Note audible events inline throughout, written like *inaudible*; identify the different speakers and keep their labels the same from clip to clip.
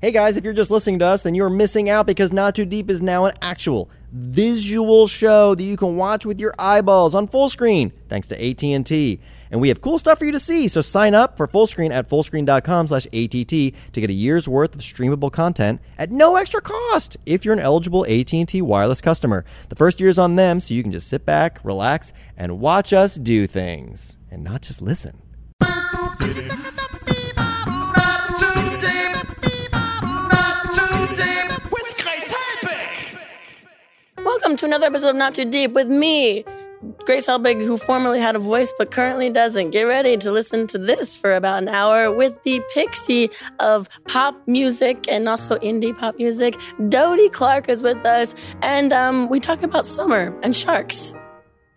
Speaker 1: Hey guys, if you're just listening to us, then you're missing out because Not Too Deep is now an actual visual show that you can watch with your eyeballs on full screen, thanks to AT&T. And we have cool stuff for you to see, so sign up for full screen at fullscreen.com slash ATT to get a year's worth of streamable content at no extra cost if you're an eligible AT&T wireless customer. The first year's on them, so you can just sit back, relax, and watch us do things, and not just listen.
Speaker 2: Not too deep. Not too deep. With Grace Helbig.
Speaker 3: Welcome to another episode of Not Too Deep with me, Grace Helbig, who formerly had a voice but currently doesn't. Get ready to listen to this for about an hour with the pixie of pop music and also indie pop music. Dodie Clark is with us, and um, we talk about summer and sharks.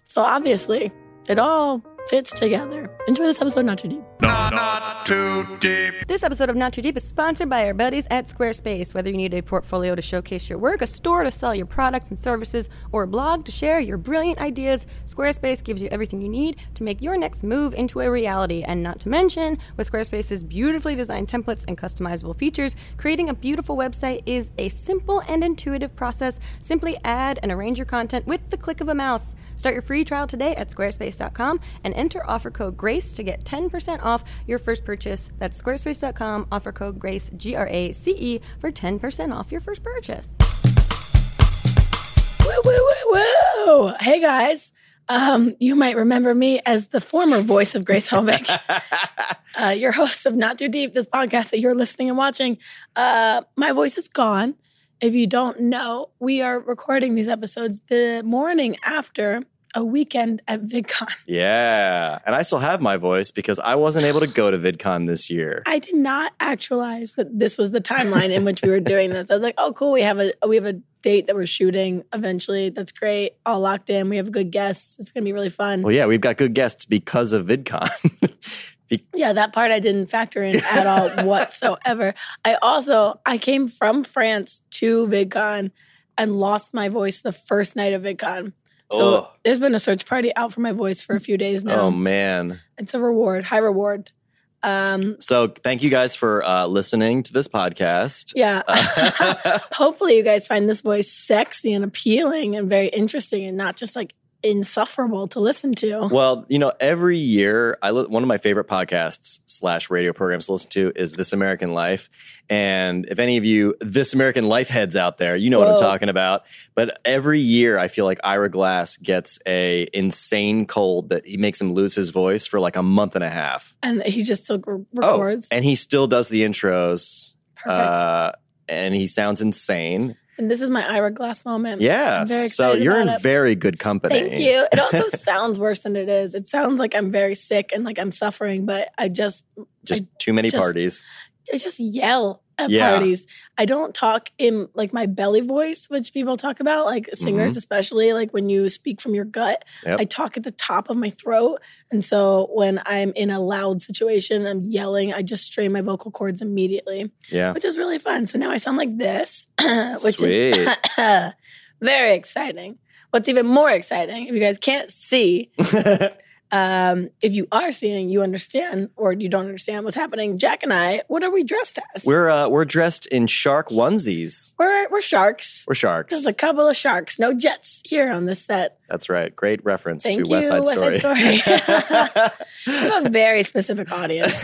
Speaker 3: So obviously, it all fits together. Enjoy this episode, of Not Too Deep.
Speaker 2: Not too deep.
Speaker 4: This episode of Not Too Deep is sponsored by our buddies at Squarespace. Whether you need a portfolio to showcase your work, a store to sell your products and services, or a blog to share your brilliant ideas, Squarespace gives you everything you need to make your next move into a reality. And not to mention, with Squarespace's beautifully designed templates and customizable features, creating a beautiful website is a simple and intuitive process. Simply add and arrange your content with the click of a mouse. Start your free trial today at squarespace.com and enter offer code GRACE to get 10% off your first purchase. That's squarespace.com, offer code GRACE, G R A C E, for 10% off your first purchase.
Speaker 3: Woo, woo, woo, woo. Hey guys. Um, you might remember me as the former voice of Grace Helbig, uh, your host of Not Too Deep, this podcast that you're listening and watching. Uh, my voice is gone. If you don't know, we are recording these episodes the morning after a weekend at VidCon.
Speaker 5: Yeah. And I still have my voice because I wasn't able to go to VidCon this year.
Speaker 3: I did not actualize that this was the timeline in which we were doing this. I was like, "Oh, cool, we have a we have a date that we're shooting eventually. That's great. All locked in. We have good guests. It's gonna be really fun."
Speaker 5: Well, yeah, we've got good guests because of VidCon. *laughs* Be-
Speaker 3: Yeah, that part I didn't factor in at
Speaker 5: *laughs*
Speaker 3: all whatsoever. I also I came from France to VidCon and lost my voice the first night of VidCon. So
Speaker 5: Ugh.
Speaker 3: there's been a search party out for my voice for a few days now.
Speaker 5: Oh, man.
Speaker 3: It's a reward, high reward. Um,
Speaker 5: So thank you guys for uh, listening to this podcast. *laughs*
Speaker 3: yeah. *laughs*
Speaker 5: Uh,
Speaker 3: Hopefully, you guys find this voice sexy and appealing and very interesting and not just like insufferable to listen to.
Speaker 5: well, you know, every year, I li- one of my favorite podcasts slash radio programs to listen to is This American Life. And if any of you This American Life heads out there, you know what I'm
Speaker 3: Whoa.
Speaker 5: talking about. But every year, I feel like Ira Glass gets a insane cold that he makes him lose his voice for like a month and a half.
Speaker 3: And he just still re- records.
Speaker 5: Oh, and he still does the intros.
Speaker 3: Perfect.
Speaker 5: Uh, and he sounds insane.
Speaker 3: and this is my Ira Glass moment.
Speaker 5: Yeah.
Speaker 3: I'm very
Speaker 5: So
Speaker 3: excited
Speaker 5: you're in
Speaker 3: about it.
Speaker 5: very good company.
Speaker 3: Thank you.
Speaker 5: *laughs*
Speaker 3: It also sounds worse than it is. It sounds like I'm very sick and like I'm suffering, but I just
Speaker 5: Just too many
Speaker 3: just-
Speaker 5: parties.
Speaker 3: I just yell at
Speaker 5: Yeah.
Speaker 3: parties. I don't talk in like my belly voice, which people talk about, like singers especially, like when you speak from your gut.
Speaker 5: Mm-hmm. Yep.
Speaker 3: I talk at the top of my throat. And so when I'm in a loud situation, I'm yelling, I just strain my vocal cords immediately,
Speaker 5: Yeah.
Speaker 3: which is really fun. So now I sound like this, *laughs* *clears throat* which
Speaker 5: Sweet.
Speaker 3: is *coughs* very exciting. What's even more exciting, if you guys
Speaker 5: *laughs*
Speaker 3: can't see, um, if you are seeing, you understand, or you don't understand what's happening. Jack and I, what are we dressed as?
Speaker 5: we're uh, we're dressed in shark onesies.
Speaker 3: we're, we're sharks.
Speaker 5: We're sharks.
Speaker 3: There's a couple of sharks, no jets here on this set.
Speaker 5: That's right. Great reference
Speaker 3: Thank
Speaker 5: to
Speaker 3: you,
Speaker 5: West Side
Speaker 3: West Side
Speaker 5: Story. *laughs*
Speaker 3: *laughs* We have a very
Speaker 5: *laughs*
Speaker 3: specific audience.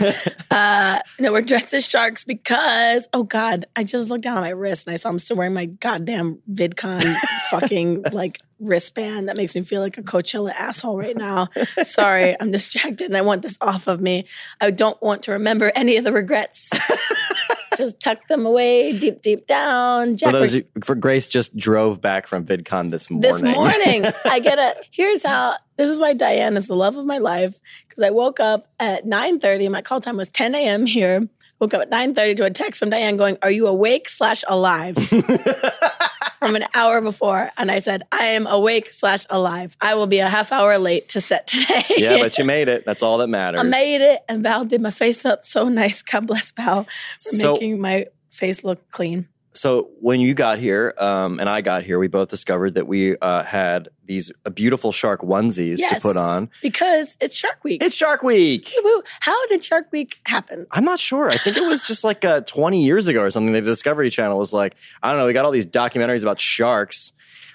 Speaker 3: Uh, no, we're dressed as sharks because, oh God, I just looked down at my wrist and I saw I'm still wearing my goddamn VidCon
Speaker 5: *laughs*
Speaker 3: fucking like wristband that makes me feel like a Coachella asshole right now. Sorry, I'm distracted and I want this off of me. I don't want to remember any of
Speaker 5: *laughs*
Speaker 3: the regrets. just tuck them away deep, deep down. Jack,
Speaker 5: for
Speaker 3: we're
Speaker 5: those, who, for Grace just drove back from VidCon this morning.
Speaker 3: this morning i get a here's how this is why diane is the love of my life because i woke up at 9.30 my call time was 10 a.m here woke up at 9.30 to a text from diane going are you awake slash
Speaker 5: *laughs*
Speaker 3: alive from an hour before and i said i am awake slash alive i will be a half hour late to set today
Speaker 5: *laughs* yeah, but you made it. That's all that matters.
Speaker 3: *laughs* i made it and val did my face up so nice god bless val for
Speaker 5: So-
Speaker 3: making my face look clean
Speaker 5: so when you got here um, and I got here, we both discovered that we uh, had these uh, beautiful shark onesies to
Speaker 3: Yes,
Speaker 5: put on.
Speaker 3: because it's Shark Week.
Speaker 5: It's Shark Week.
Speaker 3: Woo. How did Shark Week happen?
Speaker 5: I'm not sure. I think it was just like uh, 20 years ago or something. The Discovery Channel was like, I don't know. We got all these documentaries about sharks.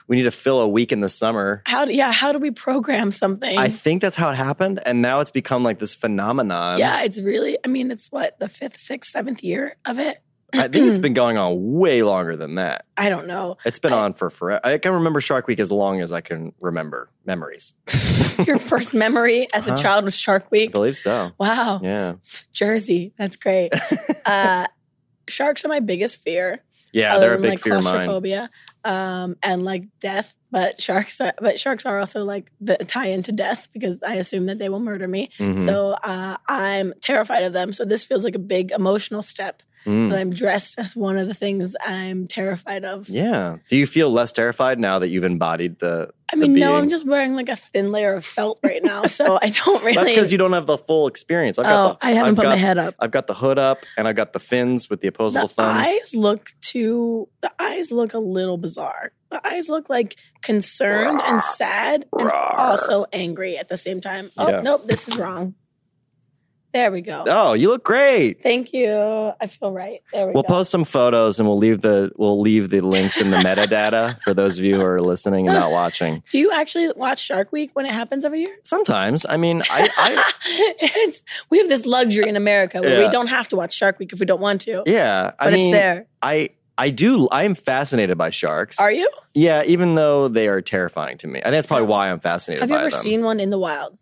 Speaker 5: We need to fill a week in the summer.
Speaker 3: How do, yeah? How do we program something?
Speaker 5: I think that's how it happened, and now it's become like this phenomenon.
Speaker 3: yeah, it's really. I mean, it's what the fifth, sixth, seventh year of it.
Speaker 5: I think
Speaker 3: *clears throat*
Speaker 5: it's been going on way longer than that.
Speaker 3: I
Speaker 5: *laughs*
Speaker 3: don't know.
Speaker 5: It's been on for forever. I can remember Shark Week as long as I can remember memories.
Speaker 3: Your first memory as
Speaker 5: Uh-huh.
Speaker 3: a child was Shark
Speaker 5: I
Speaker 3: Week.
Speaker 5: believe so.
Speaker 3: Wow,
Speaker 5: Yeah,
Speaker 3: Jersey, that's
Speaker 5: *laughs*
Speaker 3: great. uh, sharks are my biggest fear.
Speaker 5: yeah,
Speaker 3: other
Speaker 5: they're a
Speaker 3: than,
Speaker 5: big
Speaker 3: like
Speaker 5: fear of mine.
Speaker 3: claustrophobia um, and like death. But sharks, are, but sharks are also like the tie into death because I assume that they will murder me.
Speaker 5: Mhm.
Speaker 3: So uh, I'm terrified of them. So this feels like a big emotional step.
Speaker 5: Mm.
Speaker 3: But I'm dressed as one of the things I'm terrified of.
Speaker 5: Yeah. Do you feel less terrified now that you've embodied the?
Speaker 3: I
Speaker 5: the
Speaker 3: mean, no, I'm
Speaker 5: being?
Speaker 3: just wearing like a thin layer of felt right now,
Speaker 5: *laughs*
Speaker 3: so I don't *laughs* really.
Speaker 5: That's because you don't have the full experience. I've
Speaker 3: oh,
Speaker 5: got the,
Speaker 3: I haven't
Speaker 5: have
Speaker 3: put
Speaker 5: got,
Speaker 3: my head up.
Speaker 5: I've got the hood up, and I've got the fins with the opposable
Speaker 3: The
Speaker 5: thumbs.
Speaker 3: eyes look too. The eyes look a little bizarre. The eyes look like concerned and sad, and also angry at the same time. Oh
Speaker 5: Yeah.
Speaker 3: nope, this is wrong. There we go.
Speaker 5: Oh, you look great.
Speaker 3: Thank you. I feel right. There we
Speaker 5: We'll
Speaker 3: go.
Speaker 5: post some photos, and we'll leave the we'll leave the links
Speaker 3: *laughs*
Speaker 5: in the metadata for those of you who are listening and not watching.
Speaker 3: Do you actually watch Shark Week when it happens every year?
Speaker 5: Sometimes, I mean, I, I
Speaker 3: *laughs* it's we have this luxury in America where
Speaker 5: Yeah.
Speaker 3: we don't have to watch Shark Week if we don't want to.
Speaker 5: Yeah, I
Speaker 3: But it's
Speaker 5: mean,
Speaker 3: there.
Speaker 5: I I do. I am fascinated by sharks.
Speaker 3: Are you?
Speaker 5: Yeah, even though they are terrifying to me, and that's probably why I'm fascinated.
Speaker 3: Have you
Speaker 5: by
Speaker 3: ever
Speaker 5: them.
Speaker 3: seen one in the wild?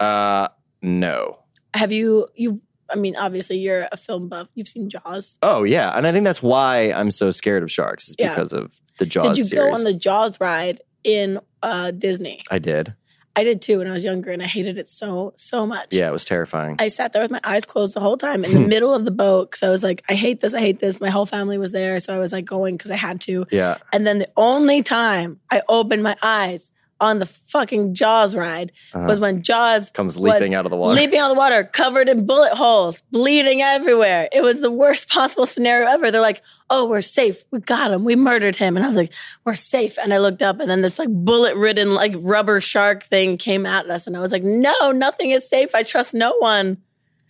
Speaker 5: Uh, no.
Speaker 3: Have you you I mean, obviously you're a film buff. You've seen Jaws.
Speaker 5: Oh yeah, and I think that's why I'm so scared of sharks is
Speaker 3: Yeah.
Speaker 5: because of the Jaws
Speaker 3: Did you
Speaker 5: series.
Speaker 3: go on the Jaws ride in uh, Disney?
Speaker 5: I did.
Speaker 3: I did too when I was younger and I hated it so, so much.
Speaker 5: Yeah, it was terrifying.
Speaker 3: I sat there with my eyes closed the whole
Speaker 5: *laughs*
Speaker 3: time in the middle of the boat because I was like, I hate this, I hate this. My whole family was there, so I was like going because I had to.
Speaker 5: yeah,
Speaker 3: And then the only time I opened my eyes on the fucking Jaws ride was when Jaws
Speaker 5: Uh-huh. comes
Speaker 3: was
Speaker 5: leaping out of the water.
Speaker 3: leaping out of the water, covered in bullet holes, bleeding everywhere. It was the worst *laughs* possible scenario ever. They're like, "Oh, we're safe. We got him. We murdered him." And I was like, "We're safe." And I looked up, and then this like bullet-ridden like rubber shark thing came at us, and I was like, "No, nothing is safe. I trust no
Speaker 5: *laughs*
Speaker 3: one."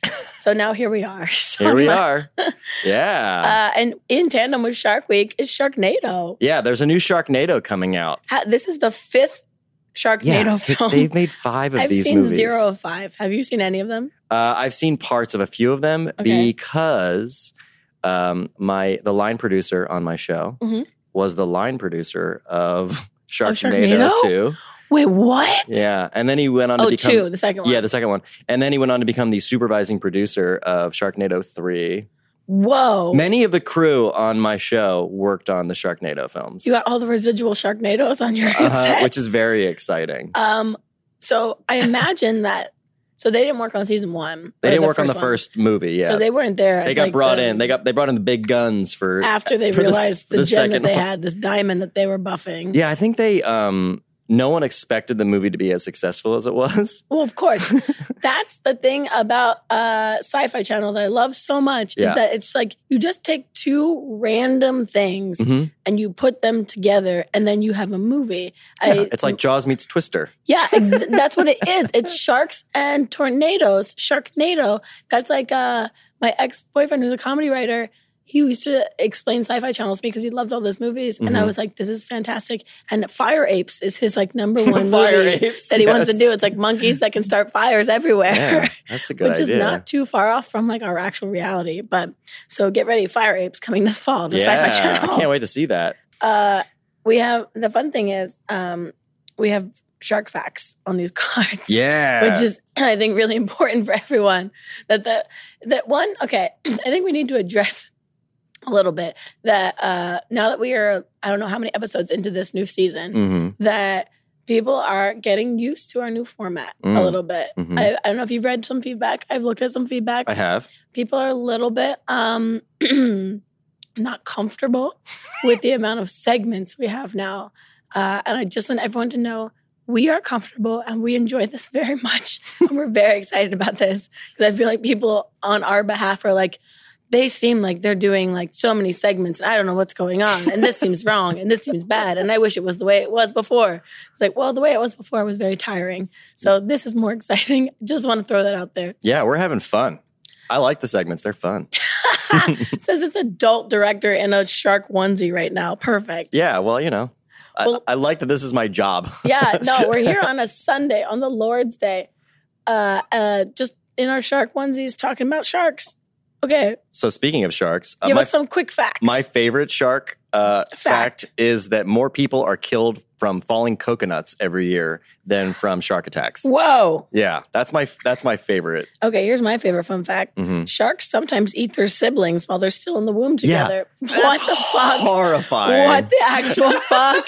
Speaker 3: so now here we are. *laughs*
Speaker 5: *laughs*
Speaker 3: So
Speaker 5: Here we
Speaker 3: I'm like- *laughs*
Speaker 5: are. yeah,
Speaker 3: Uh, and in tandem with Shark Week is Sharknado.
Speaker 5: yeah. There's a new Sharknado coming out.
Speaker 3: Ha- This is the fifth Sharknado
Speaker 5: Yeah, th-
Speaker 3: film.
Speaker 5: they've made five of
Speaker 3: I've
Speaker 5: these
Speaker 3: seen
Speaker 5: movies.
Speaker 3: zero of five. Have you seen any of them?
Speaker 5: Uh, I've seen parts of a few of them
Speaker 3: Okay.
Speaker 5: because um, my the line producer on my show
Speaker 3: Mhm.
Speaker 5: was the line producer of Sharknado,
Speaker 3: Sharknado?
Speaker 5: two.
Speaker 3: Wait, what?
Speaker 5: Yeah, and then he went on
Speaker 3: Oh,
Speaker 5: to become
Speaker 3: two, the second one.
Speaker 5: yeah the second one, and then he went on to become the supervising producer of Sharknado three.
Speaker 3: Whoa.
Speaker 5: Many of the crew on my show worked on the Sharknado films,
Speaker 3: You got all the residual Sharknadoes on your
Speaker 5: Uh-huh,
Speaker 3: set.
Speaker 5: which is very exciting.
Speaker 3: *laughs* um, so I imagine that. So they didn't work on season one.
Speaker 5: they
Speaker 3: or
Speaker 5: didn't work on the
Speaker 3: one.
Speaker 5: first movie. Yeah,
Speaker 3: So they weren't there. at,
Speaker 5: They got
Speaker 3: like,
Speaker 5: brought
Speaker 3: the-
Speaker 5: in. They got they brought in the big guns for
Speaker 3: after they
Speaker 5: for the s-
Speaker 3: realized the,
Speaker 5: the
Speaker 3: gem that
Speaker 5: second
Speaker 3: they
Speaker 5: one.
Speaker 3: had, this diamond that they were buffing.
Speaker 5: Yeah, I think they um no one expected the movie to be as successful as it was.
Speaker 3: Well,
Speaker 5: *laughs*
Speaker 3: of course. That's the thing about uh sci-fi channel that I love so much
Speaker 5: Yeah.
Speaker 3: is that it's like you just take two random things
Speaker 5: Mhm.
Speaker 3: and you put them together and then you have a movie.
Speaker 5: Yeah,
Speaker 3: I,
Speaker 5: it's like Jaws meets Twister.
Speaker 3: yeah, ex- that's what it is. It's sharks and tornadoes. Sharknado. That's like uh my ex-boyfriend who's a comedy writer. He used to explain sci-fi channels to me because he loved all those movies, and I
Speaker 5: Mhm.
Speaker 3: was like, "This is fantastic." And Fire Apes is his like number *laughs*
Speaker 5: *laughs*
Speaker 3: one
Speaker 5: Fire
Speaker 3: movie
Speaker 5: Apes,
Speaker 3: that he wants to
Speaker 5: yes.
Speaker 3: do. It's like monkeys that can start fires everywhere. *laughs*
Speaker 5: Yeah, that's a good
Speaker 3: Which
Speaker 5: idea.
Speaker 3: is not too far off from like our actual reality, but so get ready. Fire Apes coming this fall to
Speaker 5: yeah,
Speaker 3: Sci-Fi Channel.
Speaker 5: I can't wait to see that.
Speaker 3: *laughs* Uh, we have the fun thing is um, we have shark facts on these *laughs* cards.
Speaker 5: Yeah,
Speaker 3: Which is, *clears throat* I think, really important for everyone. That the that one, okay, *clears throat* I think we need to address a little bit that uh, now that we are, I don't know how many episodes into this new season,
Speaker 5: Mhm.
Speaker 3: that people are getting used to our new format a
Speaker 5: Mm.
Speaker 3: little bit.
Speaker 5: Mhm.
Speaker 3: I, I don't know if you've read some feedback. I've looked at some feedback
Speaker 5: I have.
Speaker 3: people are a little bit um *clears throat* not comfortable with the amount of segments we have now uh, and i just want everyone to know we are comfortable and we enjoy this very *laughs* much and we're very excited about this because i feel like people on our behalf are like they seem like they're doing like so many segments and I don't know what's going on. And this seems wrong and this seems bad. And I wish it was the way it was before. It's like, well, the way it was before was very tiring. So this is more *laughs* exciting. Just want to throw that out there.
Speaker 5: Yeah, we're having fun. I like the segments; they're
Speaker 3: *laughs*
Speaker 5: fun.
Speaker 3: says this adult director in a shark onesie right now. Perfect.
Speaker 5: Yeah, well, you know, I,
Speaker 3: Well-
Speaker 5: I like that this is my job.
Speaker 3: Yeah,
Speaker 5: *laughs*
Speaker 3: no, we're here on a Sunday, on the Lord's Day. Uh uh just in our shark onesies talking about sharks. Okay,
Speaker 5: so speaking of sharks, uh,
Speaker 3: give
Speaker 5: my
Speaker 3: us some quick facts.
Speaker 5: my favorite shark uh, fact.
Speaker 3: Fact.
Speaker 5: is that more people are killed from falling coconuts every year than from shark attacks.
Speaker 3: Whoa.
Speaker 5: Yeah, that's my that's my favorite.
Speaker 3: Okay, here's my favorite fun fact.
Speaker 5: Mhm.
Speaker 3: Sharks sometimes eat their siblings while they're still in the womb
Speaker 5: Yeah.
Speaker 3: together. what the fuck?
Speaker 5: Horrifying.
Speaker 3: What the
Speaker 5: *laughs*
Speaker 3: actual fuck?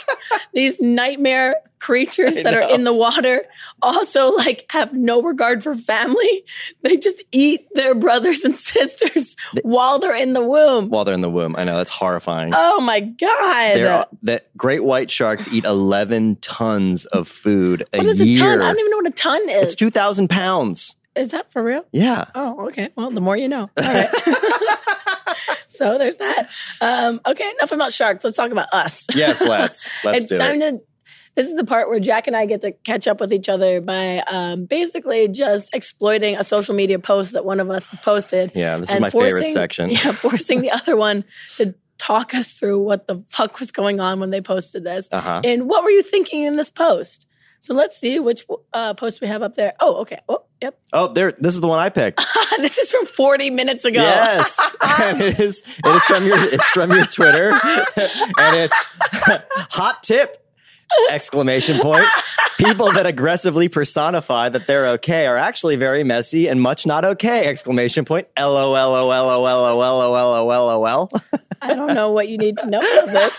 Speaker 3: These nightmare creatures that are in the water also like have no regard for family. They just eat their brothers and *laughs* sisters while they're in the womb.
Speaker 5: While they're in the womb, I know that's horrifying.
Speaker 3: Oh my god.
Speaker 5: There are, that great white sharks eat 11 tons of food a
Speaker 3: what is Oh, a
Speaker 5: year.
Speaker 3: ton? I don't even know what a ton is.
Speaker 5: it's 2,000 pounds.
Speaker 3: is that for real?
Speaker 5: Yeah.
Speaker 3: *laughs* Oh, okay. Well, the more
Speaker 5: *laughs*
Speaker 3: you know. All right. *laughs* so there's that. Um, okay, enough about sharks. Let's talk about us.
Speaker 5: Yes, let's. Let's
Speaker 3: it's
Speaker 5: do
Speaker 3: time
Speaker 5: it.
Speaker 3: to. This is the part where Jack and I get to catch up with each other by um, basically just exploiting a social media post that one of us has posted.
Speaker 5: yeah, this is
Speaker 3: and
Speaker 5: my favorite
Speaker 3: forcing-
Speaker 5: section.
Speaker 3: *laughs* Yeah,
Speaker 5: *laughs*
Speaker 3: forcing the other one to talk us through what the fuck was going on when they posted this.
Speaker 5: Uh-huh.
Speaker 3: And what were you thinking in this post? So let's see which uh, post we have up there. Oh, okay. Oh, yep. *laughs*
Speaker 5: Oh, there this is the one I
Speaker 3: Oh.
Speaker 5: picked.
Speaker 3: this is from 40 minutes ago.
Speaker 5: Yes. *laughs* and it is it is from your it's from your
Speaker 3: *laughs*
Speaker 5: Twitter. and it's *laughs* hot tip exclamation point. People that aggressively personify that they're okay are actually very messy and much not okay exclamation point. LOL LOL LOL LOL LOL LOL.
Speaker 3: I don't know what you need to know
Speaker 5: *laughs*
Speaker 3: about this.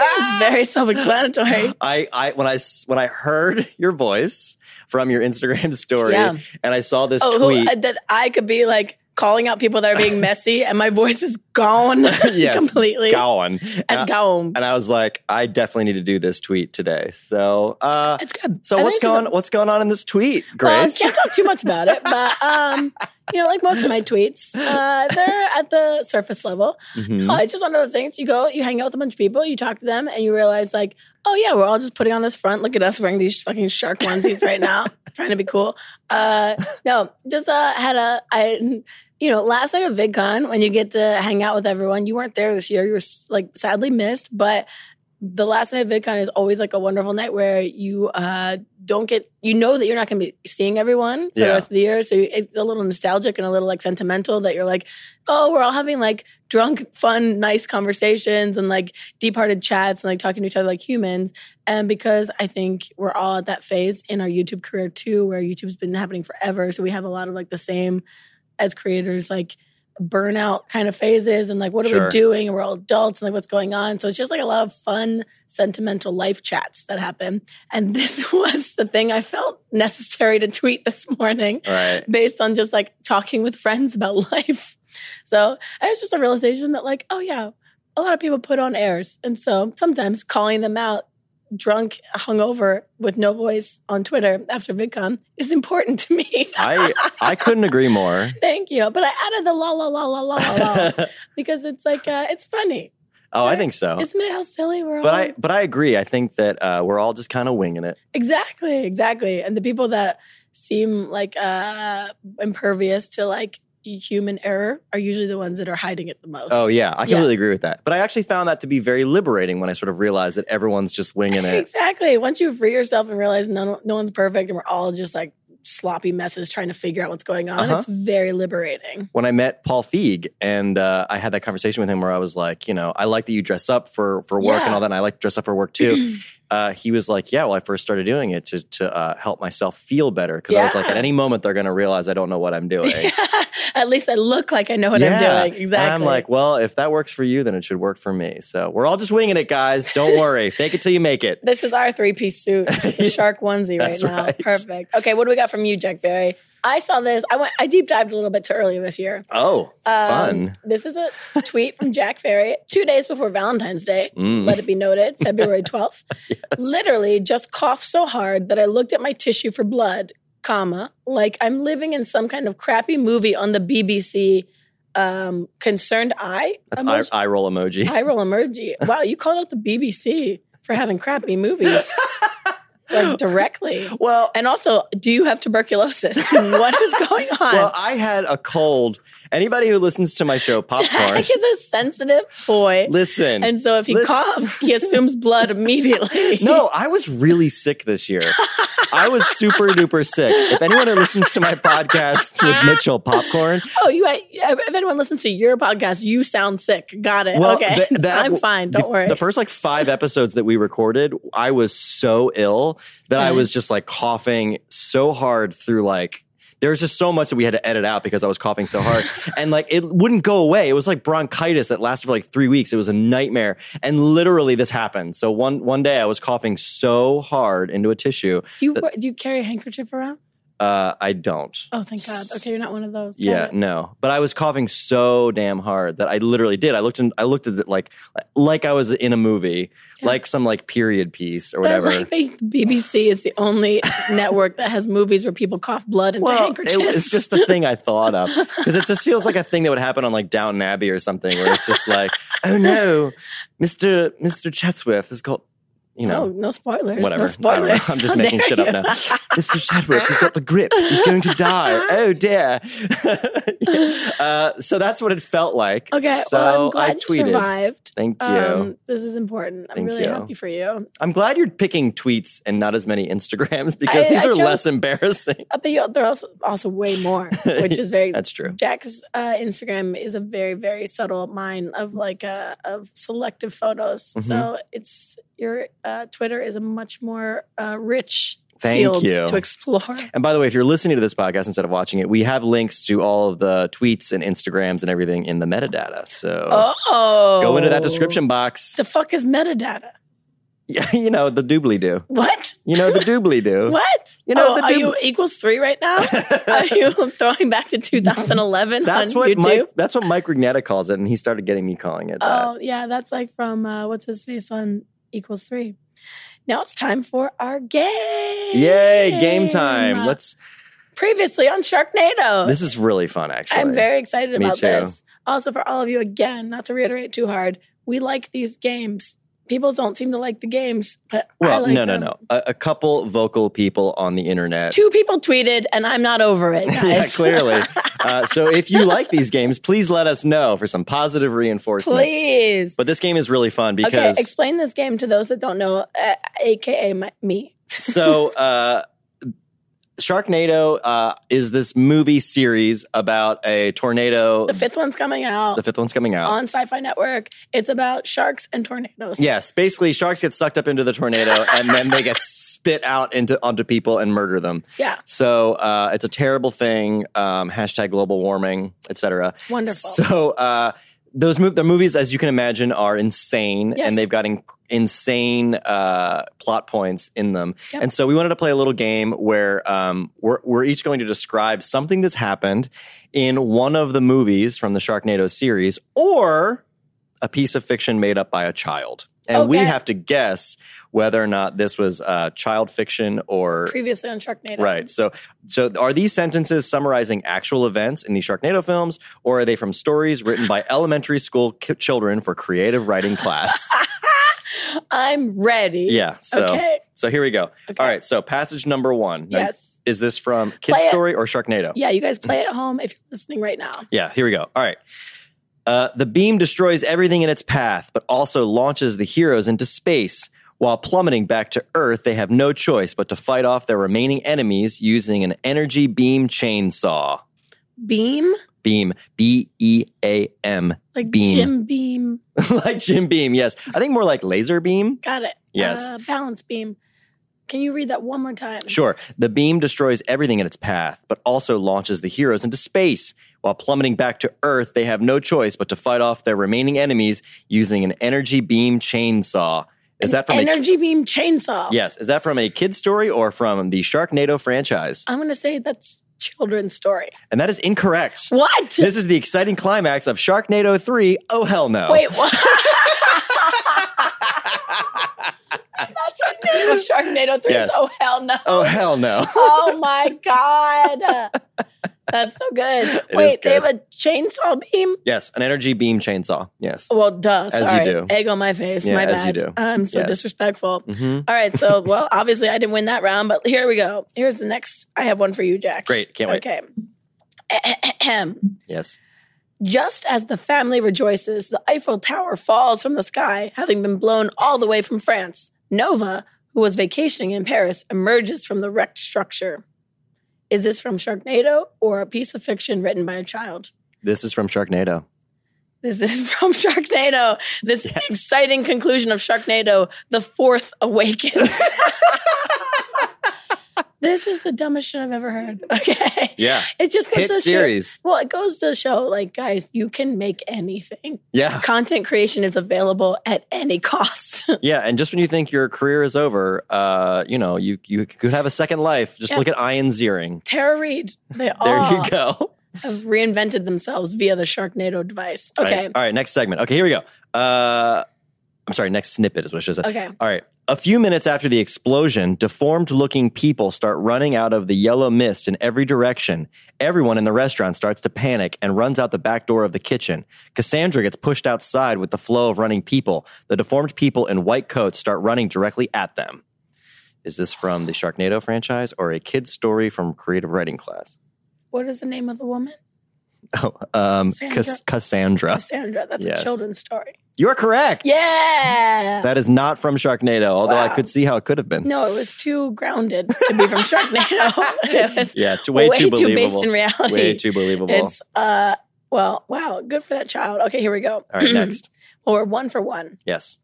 Speaker 3: It's very self-explanatory.
Speaker 5: I, I when I s- when I heard your voice from your Instagram story
Speaker 3: Yeah.
Speaker 5: and I saw this
Speaker 3: Oh,
Speaker 5: tweet.
Speaker 3: who, uh, that I could be like calling out people that
Speaker 5: *laughs*
Speaker 3: are being messy, and my voice is gone
Speaker 5: yes,
Speaker 3: completely.
Speaker 5: gone. Uh, And I-
Speaker 3: It's gone.
Speaker 5: and I was like, I definitely need to do this tweet today. So, uh,
Speaker 3: It's good.
Speaker 5: so
Speaker 3: I
Speaker 5: what's
Speaker 3: think it's
Speaker 5: going what's going on in this tweet,
Speaker 3: *laughs* Well,
Speaker 5: Grace?
Speaker 3: can't talk too much about it,
Speaker 5: *laughs*
Speaker 3: but um, you know, like most of my tweets, uh, they're at the surface level.
Speaker 5: Mhm.
Speaker 3: Uh, it's just one of those things. You go, you hang out with a bunch of people, you talk to them, and you realize, like, oh yeah, we're all just putting on this front. Look at us wearing these fucking shark onesies
Speaker 5: *laughs*
Speaker 3: right now, trying to be cool. Uh, no, just uh, had a I. You know, last night at VidCon, when you get to hang out with everyone, you weren't there this year. You were like sadly missed, but the last night of VidCon is always like a wonderful night where you uh, don't get, you know, that you're not going to be seeing everyone for
Speaker 5: Yeah.
Speaker 3: the rest of the year. So you- it's a little nostalgic and a little like sentimental that you're like, oh, we're all having like drunk, fun, nice conversations and like deep hearted chats and like talking to each other like humans. And because I think we're all at that phase in our YouTube career too, where YouTube's been happening forever. So we have a lot of like the same as creators, like burnout kind of phases and like what are
Speaker 5: Sure.
Speaker 3: we doing and we're all adults and like what's going on so it's just like a lot of fun sentimental life chats that happen and *laughs* this was the thing i felt necessary to tweet this morning
Speaker 5: All right.
Speaker 3: based on just like talking with friends about *laughs* life so it was just a realization that like oh yeah a lot of people put on airs and so sometimes calling them out drunk hungover with no voice on twitter after vidcon is important *laughs* to me
Speaker 5: I I couldn't agree
Speaker 3: *laughs*
Speaker 5: more.
Speaker 3: Thank you. But I added the la la la la la
Speaker 5: *laughs*
Speaker 3: la la because it's like uh, it's funny.
Speaker 5: Oh, I think so.
Speaker 3: Isn't it how silly we're
Speaker 5: But
Speaker 3: all?
Speaker 5: I but I agree. I think that uh, we're all just kind of winging it.
Speaker 3: exactly, exactly. And the people that seem like uh, impervious to like human error are usually the ones that are hiding it the most.
Speaker 5: Oh yeah, I
Speaker 3: Yeah.
Speaker 5: completely agree with that. But I actually found that to be very liberating when I sort of realized that everyone's just winging it.
Speaker 3: Exactly. Once you free yourself and realize no, no one's perfect and we're all just like sloppy messes trying to figure out what's going on,
Speaker 5: Uh-huh.
Speaker 3: it's very liberating.
Speaker 5: when I met Paul Feig and uh, I had that conversation with him where I was like, you know, I like that you dress up for for work and
Speaker 3: Yeah.
Speaker 5: all that, and I like to dress up for work
Speaker 3: *clears throat*
Speaker 5: too. uh, he was like, yeah, well, I first started doing it to to uh, help myself feel better because I was like,
Speaker 3: Yeah.
Speaker 5: at any moment they're going to realize I don't know what I'm
Speaker 3: *laughs*
Speaker 5: doing.
Speaker 3: At least I look like I know what
Speaker 5: Yeah.
Speaker 3: I'm doing. Exactly.
Speaker 5: And I'm like, well, if that works for you, then it should work for me. So we're all just winging it, guys. Don't
Speaker 3: *laughs*
Speaker 5: worry. Fake it till you make it.
Speaker 3: This is our three piece suit.
Speaker 5: *laughs*
Speaker 3: It's just a shark onesie right
Speaker 5: That's
Speaker 3: now.
Speaker 5: right.
Speaker 3: Perfect. Okay, what do we got from you, Jack Berry? I saw this. I went. I deep dived a little bit to earlier this year.
Speaker 5: Oh,
Speaker 3: Um,
Speaker 5: fun.
Speaker 3: This is a tweet from Jack Ferry two days before Valentine's Day.
Speaker 5: Mm.
Speaker 3: Let it be
Speaker 5: *laughs*
Speaker 3: noted, February 12th. Literally just coughed so hard that I looked at my tissue for blood, comma, like I'm living in some kind of crappy movie on the BBC um, concerned eye.
Speaker 5: That's *laughs* eye,
Speaker 3: emoji.
Speaker 5: eye roll emoji.
Speaker 3: eye roll emoji. Wow, you called out the BBC for having crappy
Speaker 5: *laughs*
Speaker 3: movies like directly.
Speaker 5: well,
Speaker 3: And also, do you
Speaker 5: *laughs*
Speaker 3: have tuberculosis? what is going on?
Speaker 5: well, I had a cold. Anybody who listens to my
Speaker 3: *laughs*
Speaker 5: show, popcorn.
Speaker 3: Jack is a sensitive boy.
Speaker 5: listen.
Speaker 3: And so if he
Speaker 5: listen-
Speaker 3: coughs, he assumes blood immediately.
Speaker 5: *laughs* No, I was really sick this year. I was super duper sick. If anyone who listens to my podcast
Speaker 3: *laughs*
Speaker 5: with Mitchell Popcorn,
Speaker 3: Oh, *laughs* you. If anyone listens to your podcast, you sound sick. Got it.
Speaker 5: well,
Speaker 3: okay.
Speaker 5: th- that-
Speaker 3: *laughs* I'm fine. Don't
Speaker 5: the,
Speaker 3: worry.
Speaker 5: The first like five episodes that we recorded, I was so ill that I
Speaker 3: Okay.
Speaker 5: was just like coughing so hard through like. There was just so much that we had to edit out because I was coughing so
Speaker 3: *laughs*
Speaker 5: hard. and like it wouldn't go away. It was like bronchitis that lasted for like three weeks. It was a nightmare. And literally this happened. So one one day I was coughing so hard into a tissue.
Speaker 3: do you
Speaker 5: the-
Speaker 3: wear- do you carry a handkerchief around?
Speaker 5: Uh, I don't.
Speaker 3: Oh, thank God. Okay, you're not one of those. Got
Speaker 5: Yeah,
Speaker 3: it.
Speaker 5: no. But I was coughing so damn hard that I literally did. I looked in I looked at it like like I was in a movie,
Speaker 3: Yeah.
Speaker 5: like some like period piece or
Speaker 3: But
Speaker 5: *laughs*
Speaker 3: I
Speaker 5: whatever.
Speaker 3: like think BBC is the
Speaker 5: *laughs*
Speaker 3: only network that has movies where people cough blood into
Speaker 5: well, it,
Speaker 3: handkerchiefs.
Speaker 5: it's just the thing I thought of because it just feels like a thing that would happen on like Downton Abbey or something, where it's just like, oh no, Mister Mister Chatsworth has got, you know,
Speaker 3: *laughs* oh, no
Speaker 5: whatever.
Speaker 3: spoilers. No
Speaker 5: I don't
Speaker 3: spoilers.
Speaker 5: know. *laughs*
Speaker 3: *laughs*
Speaker 5: I'm just
Speaker 3: How
Speaker 5: making
Speaker 3: dare
Speaker 5: shit up
Speaker 3: you.
Speaker 5: now. *laughs* Mr. Chadwick, he's got the grip. He's going to
Speaker 3: *laughs*
Speaker 5: die. Oh dear. *laughs* uh, so that's what it felt like.
Speaker 3: Okay.
Speaker 5: So
Speaker 3: well, I'm glad
Speaker 5: I
Speaker 3: you
Speaker 5: tweeted.
Speaker 3: survived.
Speaker 5: Thank you.
Speaker 3: Um, this is important. I'm
Speaker 5: Thank
Speaker 3: really
Speaker 5: you.
Speaker 3: happy for you.
Speaker 5: I'm glad you're picking tweets and not as many Instagrams *laughs* because
Speaker 3: I-
Speaker 5: these
Speaker 3: I
Speaker 5: are
Speaker 3: chose-
Speaker 5: less embarrassing. *laughs*
Speaker 3: Uh, But you, there are also, also way more, which is very
Speaker 5: That's true.
Speaker 3: Jack's uh, Instagram is a very very subtle mine of like uh, of selective photos.
Speaker 5: Mm-hmm.
Speaker 3: So it's your uh, Twitter is a much more uh, rich
Speaker 5: Thank
Speaker 3: field
Speaker 5: you.
Speaker 3: to explore.
Speaker 5: And by the way, if you're listening to this podcast instead of watching it, we have links to all of the tweets and Instagrams and everything in the metadata. So
Speaker 3: Oh,
Speaker 5: go into that description box.
Speaker 3: The fuck is metadata?
Speaker 5: *laughs* Yeah, you know, the doobly doo.
Speaker 3: *laughs* What?
Speaker 5: You know, the doobly doo. *laughs*
Speaker 3: What?
Speaker 5: You know,
Speaker 3: Oh,
Speaker 5: the
Speaker 3: are
Speaker 5: dude-
Speaker 3: you equals three right
Speaker 5: *laughs*
Speaker 3: now? are you *laughs* throwing back to 2011
Speaker 5: That's
Speaker 3: on
Speaker 5: what
Speaker 3: YouTube?
Speaker 5: Mike. That's what Mike Rignetta calls it, and he started getting me calling it that.
Speaker 3: Oh, yeah, that's like from uh, what's his face on equals three. Now it's time for our game.
Speaker 5: Yay, game time! Let's.
Speaker 3: Previously on Sharknado.
Speaker 5: This is really fun, actually.
Speaker 3: Oh, I'm very excited
Speaker 5: Me
Speaker 3: about
Speaker 5: too.
Speaker 3: this. Also, for all of you, again, not to reiterate too hard, we like these games. People don't seem to like the games, but I
Speaker 5: well.
Speaker 3: like
Speaker 5: no, no,
Speaker 3: them.
Speaker 5: no. A, a couple vocal people on the internet.
Speaker 3: Two people tweeted, and I'm not over it.
Speaker 5: *laughs*
Speaker 3: Guys.
Speaker 5: yeah,
Speaker 3: *laughs*
Speaker 5: clearly. uh, so if you like these games, please let us know for some positive reinforcement.
Speaker 3: Please.
Speaker 5: But this game is really fun
Speaker 3: Okay,
Speaker 5: because
Speaker 3: explain this game to those that don't know, uh, aka my, me.
Speaker 5: *laughs* so uh, Sharknado uh, is this movie series about a tornado.
Speaker 3: The fifth one's coming out
Speaker 5: The fifth one's coming out.
Speaker 3: on Sci-Fi Network. It's about sharks and tornadoes.
Speaker 5: Yes, basically sharks get sucked up into the
Speaker 3: *laughs*
Speaker 5: tornado and then they get spit out into onto people and murder them.
Speaker 3: yeah,
Speaker 5: So uh, it's a terrible thing. Um, hashtag global warming, etc.
Speaker 3: wonderful.
Speaker 5: So uh, those mov- the movies, as you can imagine, are insane,
Speaker 3: Yes.
Speaker 5: and they've got in- insane uh, plot points in them.
Speaker 3: Yep.
Speaker 5: And so we wanted to play a little game where um, we're we're each going to describe something that's happened in one of the movies from the Sharknado series, or a piece of fiction made up by a child. And we
Speaker 3: Okay.
Speaker 5: have to guess whether or not this was uh, child fiction or
Speaker 3: Previously on Sharknado.
Speaker 5: Right. So, so are these sentences summarizing actual events in the Sharknado films, or are they from stories written
Speaker 3: *laughs*
Speaker 5: by elementary school ki- children for creative writing
Speaker 3: *laughs*
Speaker 5: class?
Speaker 3: I'm ready.
Speaker 5: yeah. So,
Speaker 3: Okay.
Speaker 5: so here we go.
Speaker 3: Okay.
Speaker 5: All right. So, passage number one. Now,
Speaker 3: Yes.
Speaker 5: Is this from
Speaker 3: Play
Speaker 5: Kid's
Speaker 3: it.
Speaker 5: Story or Sharknado?
Speaker 3: Yeah, you guys play at home if you're listening right now.
Speaker 5: Yeah, here we go. All right. Uh, the beam destroys everything in its path, but also launches the heroes into space. While plummeting back to Earth, they have no choice but to fight off their remaining enemies using an energy beam chainsaw.
Speaker 3: Beam,
Speaker 5: Beam, B E A M, *laughs*
Speaker 3: like
Speaker 5: Beam.
Speaker 3: Jim Beam.
Speaker 5: like Jim Beam. Yes, I think more like laser beam.
Speaker 3: Got it.
Speaker 5: Yes.
Speaker 3: Uh, balance beam. Can you read that one more time?
Speaker 5: Sure, the beam destroys everything in its path, but also launches the heroes into space. While plummeting back to Earth, they have no choice but to fight off their remaining enemies using an energy beam chainsaw. Is that from
Speaker 3: Energy beam chainsaw.
Speaker 5: A, yes, is that from a kid's story or from the Sharknado franchise?
Speaker 3: I'm gonna say that's children's story.
Speaker 5: And that is incorrect.
Speaker 3: What?
Speaker 5: This is the exciting climax of Sharknado 3. Oh hell no.
Speaker 3: *laughs* Wait,
Speaker 5: *laughs*
Speaker 3: what? That's the name of Sharknado 3.
Speaker 5: Yes.
Speaker 3: Oh, hell no.
Speaker 5: Oh hell no. *laughs*
Speaker 3: Oh, my God. That's so good.
Speaker 5: is
Speaker 3: Wait, they have
Speaker 5: good.
Speaker 3: a chainsaw beam.
Speaker 5: Yes, an energy beam chainsaw. Yes.
Speaker 3: Well, duh.
Speaker 5: As you
Speaker 3: Sorry.
Speaker 5: do.
Speaker 3: Egg on my face.
Speaker 5: Yeah,
Speaker 3: my bad.
Speaker 5: as you do.
Speaker 3: I'm so
Speaker 5: Yes. Mm-hmm.
Speaker 3: disrespectful. All right. So, well, obviously I didn't win that round, but here we go. Here's the next. I have one for you, Jack.
Speaker 5: Great, can't wait.
Speaker 3: Okay. *clears throat* Ahem.
Speaker 5: Yes.
Speaker 3: Just as the family rejoices, the Eiffel Tower falls from the sky, having been blown all the way from France. Nova, who was vacationing in Paris, emerges from the wrecked structure. Is this from Sharknado or a piece of fiction written by a child?
Speaker 5: This is from Sharknado.
Speaker 3: This is *laughs* from Sharknado. This is the exciting conclusion of Sharknado, The Fourth
Speaker 5: *laughs*
Speaker 3: Awakens. this is the dumbest shit I've ever heard. *laughs* Okay.
Speaker 5: Yeah.
Speaker 3: It just goes
Speaker 5: Hit
Speaker 3: to show-
Speaker 5: series.
Speaker 3: well, it goes to show, like, guys, you can make anything.
Speaker 5: Yeah.
Speaker 3: Content creation is available at any cost. *laughs*
Speaker 5: Yeah. And just when you think your career is over, uh, you know, you you could have a second life. Just
Speaker 3: Yeah.
Speaker 5: look at Ian Ziering.
Speaker 3: Tara Reid, they
Speaker 5: There
Speaker 3: all
Speaker 5: you go. *laughs*
Speaker 3: have reinvented themselves via the Sharknado device. Okay.
Speaker 5: All right. All right, next segment. Okay, here we go. Uh, I'm sorry, next snippet is what I should say.
Speaker 3: Okay.
Speaker 5: All right. A few minutes after the explosion, deformed looking people start running out of the yellow mist in every direction. Everyone in the restaurant starts to panic and runs out the back door of the kitchen. Cassandra gets pushed outside with the flow of running people. The deformed people in white coats start running directly at them. Is this from the Sharknado franchise or a kid's story from creative writing class? *laughs*
Speaker 3: What is the name of the woman?
Speaker 5: Oh, um,
Speaker 3: Sandra.
Speaker 5: Cass- Cassandra.
Speaker 3: Cassandra. That's
Speaker 5: Uh, Yes.
Speaker 3: a children's story.
Speaker 5: You're correct.
Speaker 3: Yeah.
Speaker 5: *laughs* That is not from Sharknado, although I
Speaker 3: Wow.
Speaker 5: could see how it could have been.
Speaker 3: No, it was too grounded to be from
Speaker 5: *laughs*
Speaker 3: Sharknado. *laughs* it was
Speaker 5: Yeah, t- way, too believable.
Speaker 3: based in reality.
Speaker 5: Way too believable.
Speaker 3: It's uh, well, wow, good for that child. Okay, here we go.
Speaker 5: All
Speaker 3: *laughs*
Speaker 5: right, next.
Speaker 3: *clears throat* Or one for one.
Speaker 5: Yes.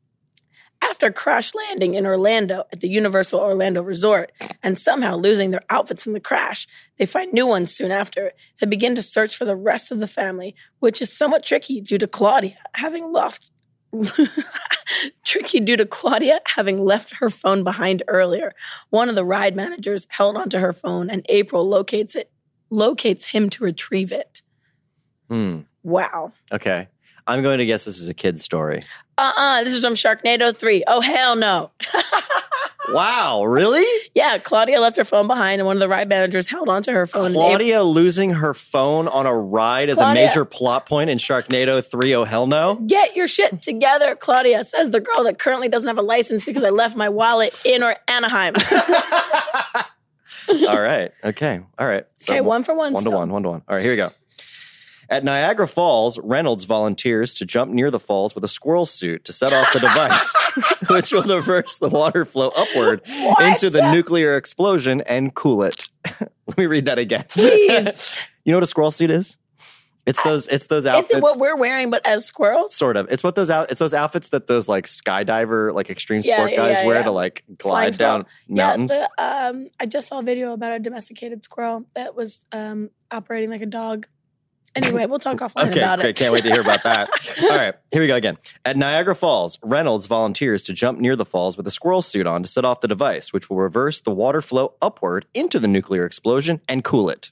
Speaker 3: After crash landing in Orlando at the Universal Orlando Resort and somehow losing their outfits in the crash, they find new ones soon after. They begin to search for the rest of the family, which is somewhat tricky due to Claudia having left. *laughs* tricky due to Claudia having left her phone behind earlier. One of the ride managers held onto her phone, and April locates it, locates him to retrieve it.
Speaker 5: Hmm.
Speaker 3: Wow.
Speaker 5: Okay. I'm going to guess this is a kid's story.
Speaker 3: Uh-uh, this is from Sharknado 3. Oh, hell no.
Speaker 5: Wow, really?
Speaker 3: Yeah, Claudia left her phone behind, and one of the ride managers held onto her phone. and April-
Speaker 5: Claudia losing her phone on a ride is
Speaker 3: Oh, Claudia.
Speaker 5: a major plot point in Sharknado 3. Oh, hell no.
Speaker 3: Get your shit together, Claudia, says the girl that currently doesn't have a license because I left my wallet in or Anaheim.
Speaker 5: *laughs* All right. Okay. All right. So
Speaker 3: Okay, one for one.
Speaker 5: One to
Speaker 3: still.
Speaker 5: one, one to one. All right, here we go. At Niagara Falls, Reynolds volunteers to jump near the falls with a squirrel suit to set off the
Speaker 3: *laughs*
Speaker 5: device, which will reverse the water flow upward into the nuclear explosion and cool it. *laughs* Let me read that again.
Speaker 3: Please.
Speaker 5: *laughs* you know what a squirrel suit is? It's those. It's those
Speaker 3: Is
Speaker 5: outfits.
Speaker 3: it what we're wearing, but as squirrels?
Speaker 5: Sort of. It's what those out. It's those outfits that those like skydiver, like extreme
Speaker 3: Yeah,
Speaker 5: sport
Speaker 3: yeah,
Speaker 5: guys
Speaker 3: yeah,
Speaker 5: wear
Speaker 3: yeah.
Speaker 5: to like
Speaker 3: Flying
Speaker 5: glide
Speaker 3: squirrel.
Speaker 5: down mountains.
Speaker 3: Yeah, the, um, I just saw a video about a domesticated squirrel that was um, operating like a dog. Anyway, we'll talk offline
Speaker 5: Okay,
Speaker 3: about
Speaker 5: great.
Speaker 3: it.
Speaker 5: Can't wait to hear about that. All right, here we go again. At Niagara Falls, Reynolds volunteers to jump near the falls with a squirrel suit on to set off the device, which will reverse the water flow upward into the nuclear explosion and cool it.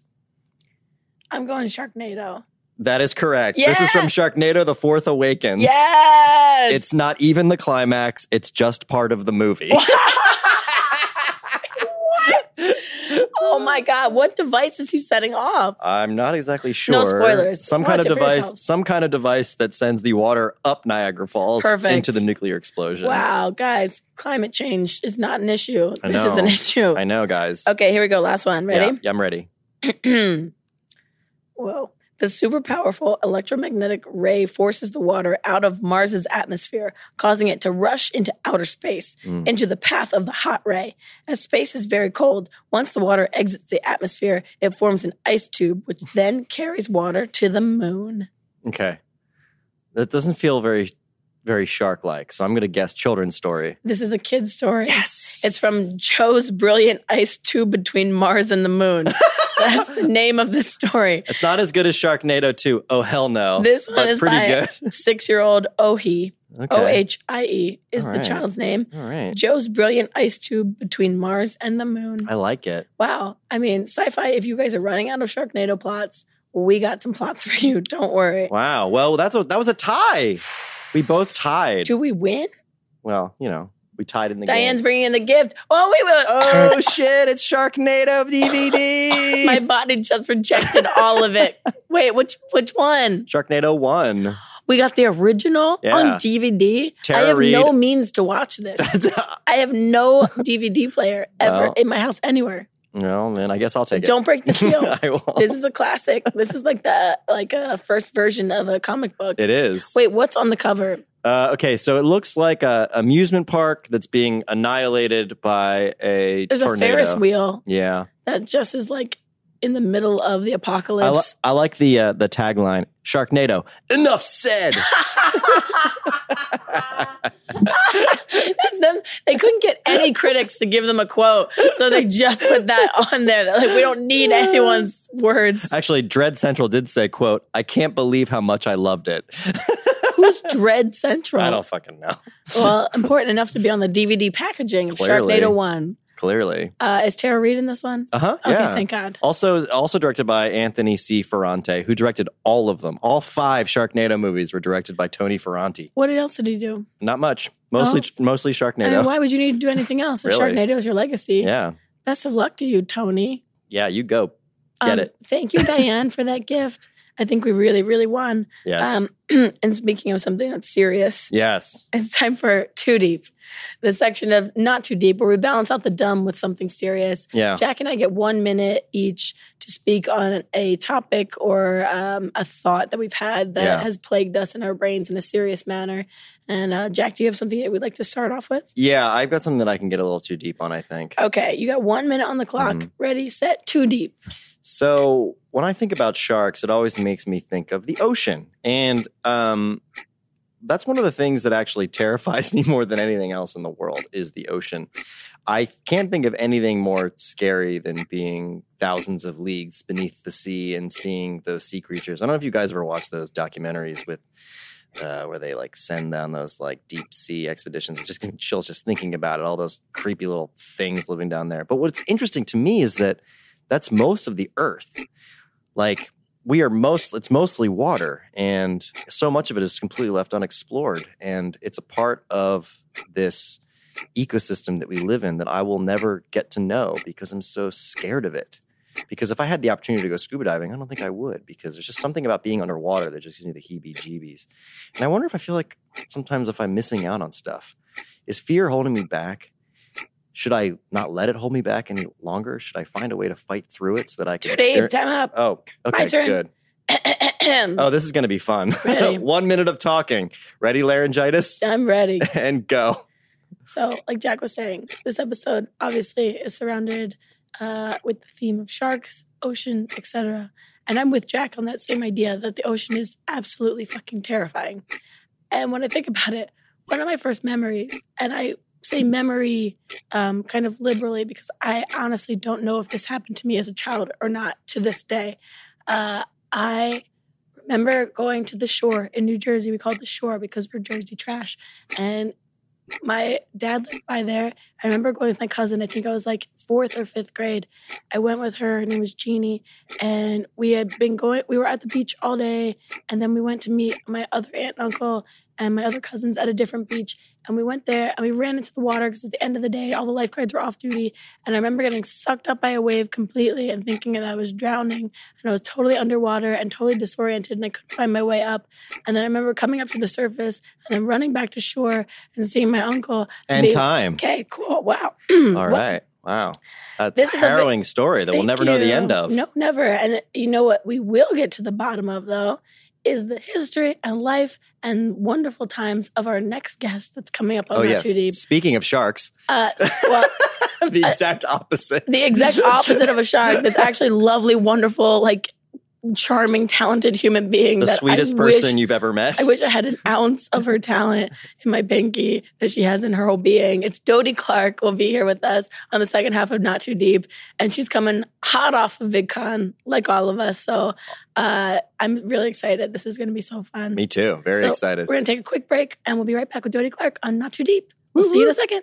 Speaker 3: *laughs* I'm going Sharknado.
Speaker 5: That is correct. This is from
Speaker 3: Yeah.
Speaker 5: Sharknado: The Fourth Awakens.
Speaker 3: Yes. *laughs*
Speaker 5: It's not even the climax; it's just part of the movie. *laughs*
Speaker 3: oh my god, what device is he setting off?
Speaker 5: I'm not exactly sure.
Speaker 3: spoilers.
Speaker 5: Some kind of
Speaker 3: Watch it for
Speaker 5: device.
Speaker 3: yourself.
Speaker 5: Some kind of device that sends the water up Niagara Falls
Speaker 3: Perfect.
Speaker 5: into the nuclear explosion.
Speaker 3: Wow, guys, climate change is not an issue.
Speaker 5: I
Speaker 3: this is
Speaker 5: know.
Speaker 3: an issue.
Speaker 5: I know, guys.
Speaker 3: Okay, here we go. Last one.
Speaker 5: Yeah,
Speaker 3: Ready?
Speaker 5: yeah, I'm ready.
Speaker 3: *clears throat* Whoa. The super powerful electromagnetic ray forces the water out of Mars's atmosphere, causing it to rush into outer space,
Speaker 5: Mm.
Speaker 3: into the path of the hot ray. As space is very cold, once the water exits the atmosphere, it forms an ice tube,
Speaker 5: *laughs*
Speaker 3: which then carries water to the moon.
Speaker 5: Okay. That doesn't feel very very shark like, so I'm gonna guess children's story.
Speaker 3: This is a kid's story.
Speaker 5: Yes.
Speaker 3: It's from Joe's Brilliant Ice Tube Between Mars and
Speaker 5: *laughs*
Speaker 3: the Moon. That's the name of this story.
Speaker 5: It's not as good as Sharknado 2. Oh hell no.
Speaker 3: This one
Speaker 5: but
Speaker 3: is
Speaker 5: pretty
Speaker 3: by six year old Ohi.
Speaker 5: good.
Speaker 3: O H I E is
Speaker 5: All
Speaker 3: the
Speaker 5: right.
Speaker 3: child's name.
Speaker 5: All right.
Speaker 3: Joe's Brilliant Ice Tube Between Mars and the Moon.
Speaker 5: I like it.
Speaker 3: Wow. I mean, sci fi, if you guys are running out of Sharknado plots, we got some plots *laughs* for you. Don't worry.
Speaker 5: Wow. Well, that's a, that was a tie. We both tied.
Speaker 3: Do we win?
Speaker 5: Well, you know, We tied in the
Speaker 3: Diane's
Speaker 5: game.
Speaker 3: bringing in the gift. Oh, wait, wait. wait. *laughs*
Speaker 5: Oh shit! It's Sharknado DVD.
Speaker 3: My body just rejected all of
Speaker 5: *laughs*
Speaker 3: it. Wait, which which one?
Speaker 5: Sharknado one. *laughs*
Speaker 3: We got the original
Speaker 5: Yeah.
Speaker 3: on DVD. I
Speaker 5: Tara
Speaker 3: have no
Speaker 5: Reid.
Speaker 3: means to
Speaker 5: *laughs*
Speaker 3: watch this. I have no DVD player ever
Speaker 5: Well.
Speaker 3: in my house anywhere.
Speaker 5: well, then I guess I'll take *laughs*
Speaker 3: Don't break the
Speaker 5: it.
Speaker 3: seal.
Speaker 5: I won't.
Speaker 3: this is a classic. This is like the like a first version of a comic book.
Speaker 5: it is.
Speaker 3: Wait, what's on the cover?
Speaker 5: Uh, okay, so it looks like a amusement park that's being annihilated by a
Speaker 3: There's
Speaker 5: tornado.
Speaker 3: a Ferris wheel
Speaker 5: Yeah,
Speaker 3: that just is like in the middle of the
Speaker 5: I, li-
Speaker 3: apocalypse. *laughs*
Speaker 5: I like the uh, the tagline Sharknado. Enough
Speaker 3: *laughs*
Speaker 5: said.
Speaker 3: That's them. They couldn't get any critics to give them a quote, so they just put that on there. They're like, we
Speaker 5: *laughs*
Speaker 3: don't need anyone's words.
Speaker 5: Actually, Dread Central did say, "quote I can't believe how much I loved it." *laughs*
Speaker 3: Who's Dread Central?
Speaker 5: I don't fucking know.
Speaker 3: well, important enough to be on the DVD packaging of
Speaker 5: Clearly.
Speaker 3: Sharknado One.
Speaker 5: Clearly,
Speaker 3: Uh, is Tara Reid in this one?
Speaker 5: uh huh.
Speaker 3: Okay,
Speaker 5: yeah.
Speaker 3: thank God.
Speaker 5: Also, also directed by Anthony C. Ferrante, who directed all of them. All five Sharknado movies were directed by Tony Ferrante.
Speaker 3: What else did he do?
Speaker 5: Not much. Mostly, mostly
Speaker 3: Oh. I mean,
Speaker 5: Sharknado.
Speaker 3: why would you need to do anything else if
Speaker 5: Really?
Speaker 3: Sharknado is your legacy?
Speaker 5: yeah,
Speaker 3: Best of luck to you, Tony. Um,
Speaker 5: yeah. You go get it.
Speaker 3: Thank you, Diane, for that gift. I think we really, really won.
Speaker 5: Yes.
Speaker 3: Um, *clears throat* and speaking of something that's serious,
Speaker 5: Yes.
Speaker 3: it's time for Too Deep, the section of Not Too Deep, where we balance out the dumb with something serious.
Speaker 5: Yeah.
Speaker 3: Jack and I get one minute each to speak on a topic or um, a thought that we've had that
Speaker 5: Yeah.
Speaker 3: has plagued us in our brains in a serious manner. And uh, Jack, do you have something that we'd like to start off with?
Speaker 5: Yeah, I've got something that I can get a little too deep on, I think.
Speaker 3: Okay, you got one minute on the clock.
Speaker 5: Mhm.
Speaker 3: Ready, set, too deep.
Speaker 5: So when I think about sharks, it always makes me think of the ocean. And um that's one of the things that actually *laughs* terrifies me more than anything else in the world is the ocean. I can't think of anything more scary than being thousands of leagues beneath the sea and seeing those sea creatures. I don't know if you guys ever watched those documentaries with uh, where they like send on those like deep sea expeditions. It just *laughs* gives me chills just thinking about it. All those creepy little things living down there. But what's interesting to me is that that's most of the Earth. Like we are most, it's mostly water, and so much of it is completely left unexplored. And it's a part of this ecosystem that we live in that I will never get to know because I'm so scared of it. Because if I had the opportunity to go scuba diving, I don't think I would because there's just something about being underwater that just gives me the heebie jeebies. And I wonder if I feel like sometimes if I'm missing out on stuff, is fear holding me back? Should I not let it hold me back any longer? Should I find a way to fight through it so that I can
Speaker 3: Too deep,
Speaker 5: exper-
Speaker 3: time *clears throat* up.
Speaker 5: Oh, okay,
Speaker 3: turn.
Speaker 5: good. Oh, this is going to be fun. *laughs*
Speaker 3: Ready.
Speaker 5: One minute of talking. Ready, laryngitis?
Speaker 3: I'm ready.
Speaker 5: *laughs* and go.
Speaker 3: So, like Jack was saying, this episode obviously is surrounded uh, with the theme of sharks, ocean, etc. And I'm with Jack on that same idea that the ocean is absolutely fucking terrifying. And when I think about it, one of my first memories, and I say memory um, kind of liberally because I honestly don't know if this happened to me as a child or not to this day. Uh, I remember going to the shore in New Jersey. We called the shore because we're Jersey trash. And my dad lived by there. I remember going with my cousin. I think I was like fourth or fifth grade. I went with her. Her name was Jeannie. And we had been going, we were at the beach all day. And then we went to meet my other aunt and uncle and my other cousins at a different beach. And we went there and we ran into the water because it was the end of the day. All the lifeguards were off duty. And I remember getting sucked up by a wave completely and thinking that I was drowning. And I was totally underwater and totally disoriented and I couldn't find my way up. And then I remember coming up to the surface and then running back to shore and seeing my uncle.
Speaker 5: And
Speaker 3: being-
Speaker 5: time.
Speaker 3: Okay, cool. Wow. *clears throat*
Speaker 5: All right. Wow. That's
Speaker 3: This
Speaker 5: this
Speaker 3: is a bit-
Speaker 5: harrowing story that we'll never know the end of.
Speaker 3: No, never. And you know what we will get to the bottom of though is the history and life and wonderful times of our next guest that's coming up on
Speaker 5: Oh,
Speaker 3: Not
Speaker 5: yes.
Speaker 3: Too Deep.
Speaker 5: Speaking of sharks, *laughs*
Speaker 3: Uh, well,
Speaker 5: the exact opposite. *laughs*
Speaker 3: the exact opposite of a shark that's actually lovely, wonderful, like charming, talented human being.
Speaker 5: the
Speaker 3: that I
Speaker 5: sweetest
Speaker 3: wish-
Speaker 5: person you've ever met.
Speaker 3: I wish I had an ounce of her talent in my pinky that she has in her whole being. It's Dodie Clark will be here with us on the second half of Not Too Deep, and she's coming hot off of VidCon, like all of us. So uh, I'm really excited. This is going to be so fun.
Speaker 5: Me too. Very
Speaker 3: So
Speaker 5: excited.
Speaker 3: We're going to take a quick break, and we'll be right back with Dodie Clark on Not Too Deep. We'll see you in a second.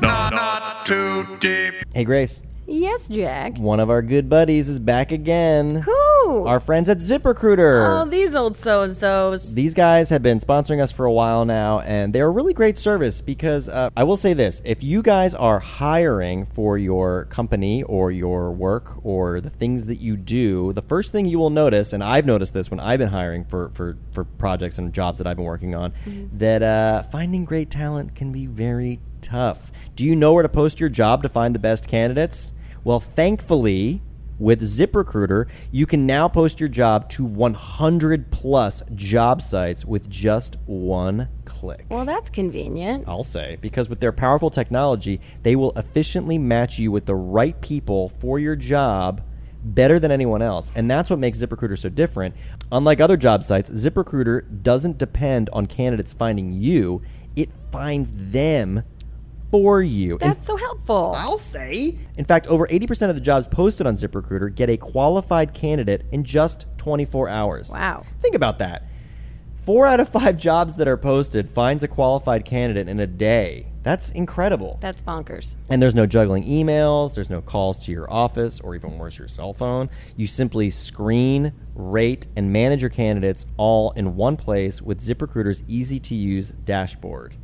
Speaker 2: Not too deep.
Speaker 1: Hey, Grace,
Speaker 4: Yes, Jack.
Speaker 1: one of our good buddies is back again.
Speaker 4: Who? Who?
Speaker 5: Our friends at ZipRecruiter.
Speaker 4: Oh, these old so and so's.
Speaker 5: These guys have been sponsoring us for a while now, and they're a really great service because uh, I will say this if you guys are hiring for your company or your work or the things that you do, the first thing you will notice, and I've noticed this when I've been hiring for, for, for projects and jobs that I've been working on, that uh, finding great talent can be very tough. Do you know where to post your job to find the best candidates? Well, thankfully, with ZipRecruiter, you can now post your job to 100 plus job sites with just one click.
Speaker 4: Well, that's convenient.
Speaker 5: I'll say, because with their powerful technology, they will efficiently match you with the right people for your job better than anyone else. And that's what makes ZipRecruiter so different. Unlike other job sites, ZipRecruiter doesn't depend on candidates finding you, it finds them for you. In
Speaker 4: That's so helpful.
Speaker 5: I'll say. In fact, over 80% of the jobs posted on ZipRecruiter get a qualified candidate in just 24 hours.
Speaker 4: Wow.
Speaker 5: Think about that. Four out of five jobs that are posted finds a qualified candidate in a day. That's incredible.
Speaker 4: That's bonkers.
Speaker 5: And there's no juggling emails, there's no calls to your office, or even worse, your cell phone. You simply screen, rate, and manage your candidates all in one place with ZipRecruiter's easy to use dashboard.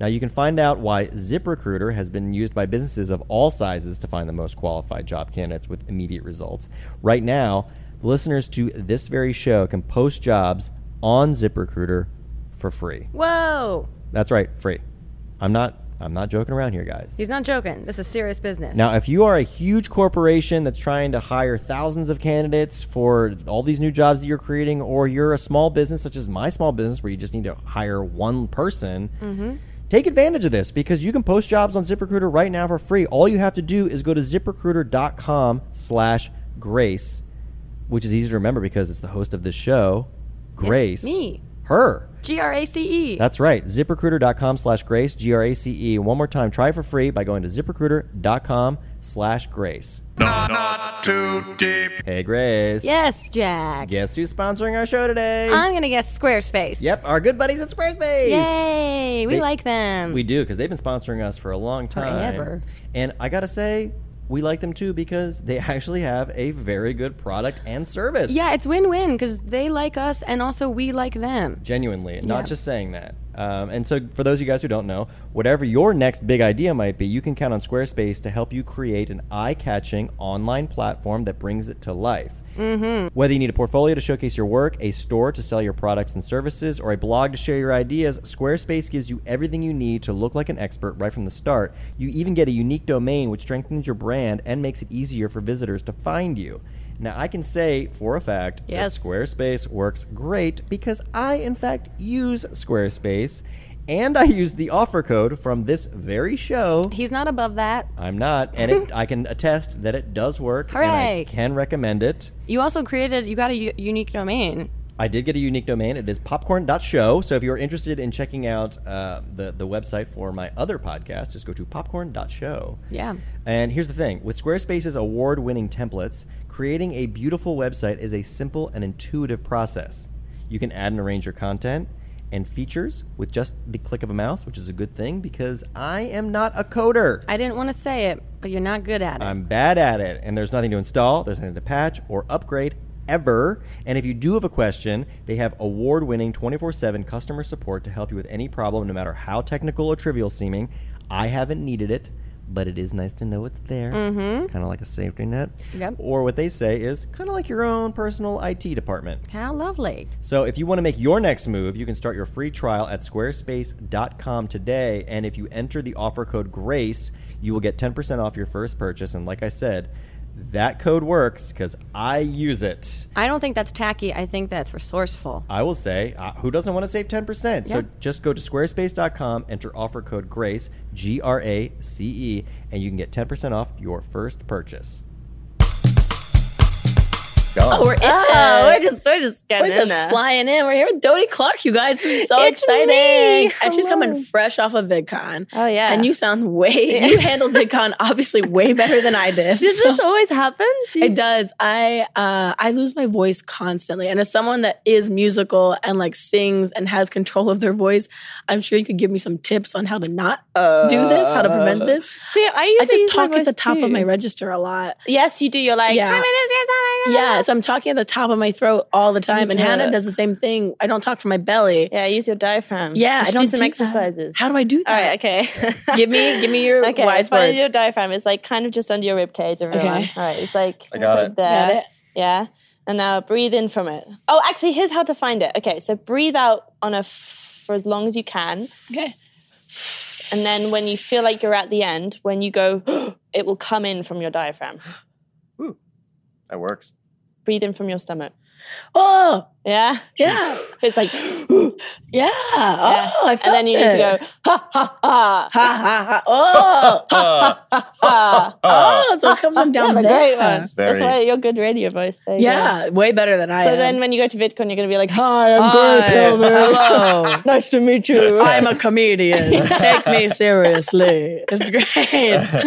Speaker 5: Now, you can find out why ZipRecruiter has been used by businesses of all sizes to find the most qualified job candidates with immediate results. Right now, listeners to this very show can post jobs on ZipRecruiter for free.
Speaker 4: Whoa.
Speaker 5: That's right, free. I'm not. I'm not joking around here, guys.
Speaker 4: He's not joking. This is serious business.
Speaker 5: Now, if you are a huge corporation that's trying to hire thousands of candidates for all these new jobs that you're creating, or you're a small business such as my small business where you just need to hire one person, take advantage of this because you can post jobs on ZipRecruiter right now for free. All you have to do is go to ziprecruiter.com slash grace, which is easy to remember because it's the host of this show, Grace.
Speaker 4: me.
Speaker 5: Her.
Speaker 4: G R A C E.
Speaker 5: That's right. ZipRecruiter.com slash grace, G R A C E. One more time, try for free by going to ziprecruiter.com slash grace.
Speaker 2: Not too deep.
Speaker 5: Hey, Grace.
Speaker 4: Yes, Jack.
Speaker 5: Guess who's sponsoring our show today?
Speaker 4: I'm gonna guess Squarespace.
Speaker 5: yep, our good buddies at Squarespace.
Speaker 4: Yay! We
Speaker 5: They-
Speaker 4: like them.
Speaker 5: We do, because they've been sponsoring us for a long time.
Speaker 4: Forever.
Speaker 5: And I got to say, we like them too because they *laughs* actually have a very good product and service.
Speaker 4: yeah, it's win-win because they like us and also we like them.
Speaker 5: genuinely not
Speaker 4: Yeah.
Speaker 5: just saying that um, and so for those of you guys who don't know whatever your next big idea might be you can count on squarespace to help you create an eye-catching online platform that brings it to life
Speaker 4: Mm-hmm.
Speaker 5: whether you need a portfolio to showcase your work a store to sell your products and services or a blog to share your ideas squarespace gives you everything you need to look like an expert right from the start you even get a unique domain which strengthens your brand and makes it easier for visitors to find you now i can say for a fact that
Speaker 4: Yes.
Speaker 5: Squarespace works great because I, in fact, use Squarespace and I use the offer code from this very show.
Speaker 4: He's not above that.
Speaker 5: I'm not, and
Speaker 4: *laughs*
Speaker 5: it, I can attest that it does work. And I
Speaker 4: Hooray.
Speaker 5: can recommend it.
Speaker 4: You also created. You got a u- unique domain.
Speaker 5: I did get a unique domain. It is popcorn.show. So if you're interested in checking out uh, the, the website for my other podcast, just go to popcorn.show.
Speaker 4: Yeah.
Speaker 5: And here's the thing with Squarespace's award winning templates, creating a beautiful website is a simple and intuitive process. You can add and arrange your content and features with just the click of a mouse, which is a good thing because I am not a coder.
Speaker 4: I didn't want to say it, but you're not good at it.
Speaker 5: I'm bad at it, and there's nothing to install, there's nothing to patch or upgrade ever. And if you do have a question, they have award winning 24 7 customer support to help you with any problem, no matter how technical or trivial seeming. I haven't needed it, but it is nice to know it's there. Mm-hmm. Kind of like a safety net.
Speaker 4: Yep.
Speaker 5: Or what they say is kind of like your own personal IT department.
Speaker 4: How lovely.
Speaker 5: So if you want to make your next move, you can start your free trial at squarespace.com today. And if you enter the offer code GRACE, you will get 10% off your first purchase. And like I said, that code works because I use it.
Speaker 4: I don't think that's tacky. I think that's resourceful.
Speaker 5: I will say, uh, who doesn't want to save 10%? So
Speaker 4: Yeah.
Speaker 5: just go to squarespace.com, enter offer code GRACE, G R A C E, and you can get 10% off your first purchase.
Speaker 3: Oh, we're in
Speaker 6: Oh,
Speaker 3: it.
Speaker 6: we're just we're just
Speaker 3: We're
Speaker 6: getting in
Speaker 3: just
Speaker 6: there.
Speaker 3: flying in. We're here with Dodie Clark, you guys. This is so
Speaker 6: uh, It's
Speaker 3: exciting.
Speaker 6: me.
Speaker 3: And she's coming
Speaker 6: Hello.
Speaker 3: fresh off of VidCon.
Speaker 6: Oh, yeah.
Speaker 3: And you sound way you handled VidCon obviously way better than I did.
Speaker 6: Does
Speaker 3: So- *laughs*
Speaker 6: this always happen? Do you-
Speaker 3: It does. I uh, I lose my voice constantly, and as someone that is musical and like sings and has control of their voice, I'm sure you could give me some tips on how to not do this, how to prevent this.
Speaker 6: See, I
Speaker 3: I
Speaker 6: usually
Speaker 3: just
Speaker 6: Uh, use my
Speaker 3: talk at the
Speaker 6: voice
Speaker 3: top of
Speaker 6: too.
Speaker 3: my register a lot.
Speaker 6: Yes, you do. You're like,
Speaker 3: Yeah.
Speaker 6: "Hi, my name's Grace. Hi,
Speaker 3: Yeah, so I'm talking at the top of my throat all the time, and
Speaker 6: do
Speaker 3: Hannah
Speaker 6: it.
Speaker 3: does the same thing. I don't talk from my belly.
Speaker 6: Yeah, use your diaphragm.
Speaker 3: Yeah,
Speaker 6: You
Speaker 3: I
Speaker 6: should
Speaker 3: don't
Speaker 6: do some
Speaker 3: do that.
Speaker 6: exercises.
Speaker 3: How do I do that?
Speaker 6: All right, okay.
Speaker 3: *laughs* Give me, give me your
Speaker 6: *laughs* okay,
Speaker 3: wise
Speaker 6: follow
Speaker 3: words.
Speaker 6: your diaphragm. It's like kind of just under your rib cage, everyone.
Speaker 3: Okay.
Speaker 6: All right, it's like,
Speaker 5: I got
Speaker 6: it's like
Speaker 5: it.
Speaker 6: there.
Speaker 3: Got it.
Speaker 6: Yeah. And now breathe in from it. Oh, actually, here's how to find it. Okay, so breathe out on a f- for as long as you can.
Speaker 3: Okay.
Speaker 6: And then when you feel like you're at the end, when you go, *gasps* it will come in from your diaphragm.
Speaker 5: That works.
Speaker 6: Breathe in from your stomach.
Speaker 3: Oh,
Speaker 6: Yeah?
Speaker 3: yeah,
Speaker 6: It's like,
Speaker 3: yeah.
Speaker 6: yeah.
Speaker 3: Oh, I felt
Speaker 6: And then you
Speaker 3: it.
Speaker 6: need to go, ha, ha, ha, ha,
Speaker 3: Ha ha ha! *laughs* Oh,
Speaker 6: *laughs* ha.
Speaker 3: oh! So it comes on down
Speaker 6: Yeah,
Speaker 3: there.
Speaker 6: great one.
Speaker 5: very-
Speaker 6: That's why you're good radio voice. There you go.
Speaker 3: Yeah, way better than I.
Speaker 6: So
Speaker 3: am.
Speaker 6: then when you go to VidCon, you're going to be like, hi, I'm Grace *laughs* Hilbert.
Speaker 3: hello.
Speaker 6: nice to meet you.
Speaker 3: *laughs* I'm a
Speaker 6: *laughs*
Speaker 3: comedian. Take me seriously. It's
Speaker 6: *laughs*
Speaker 3: great.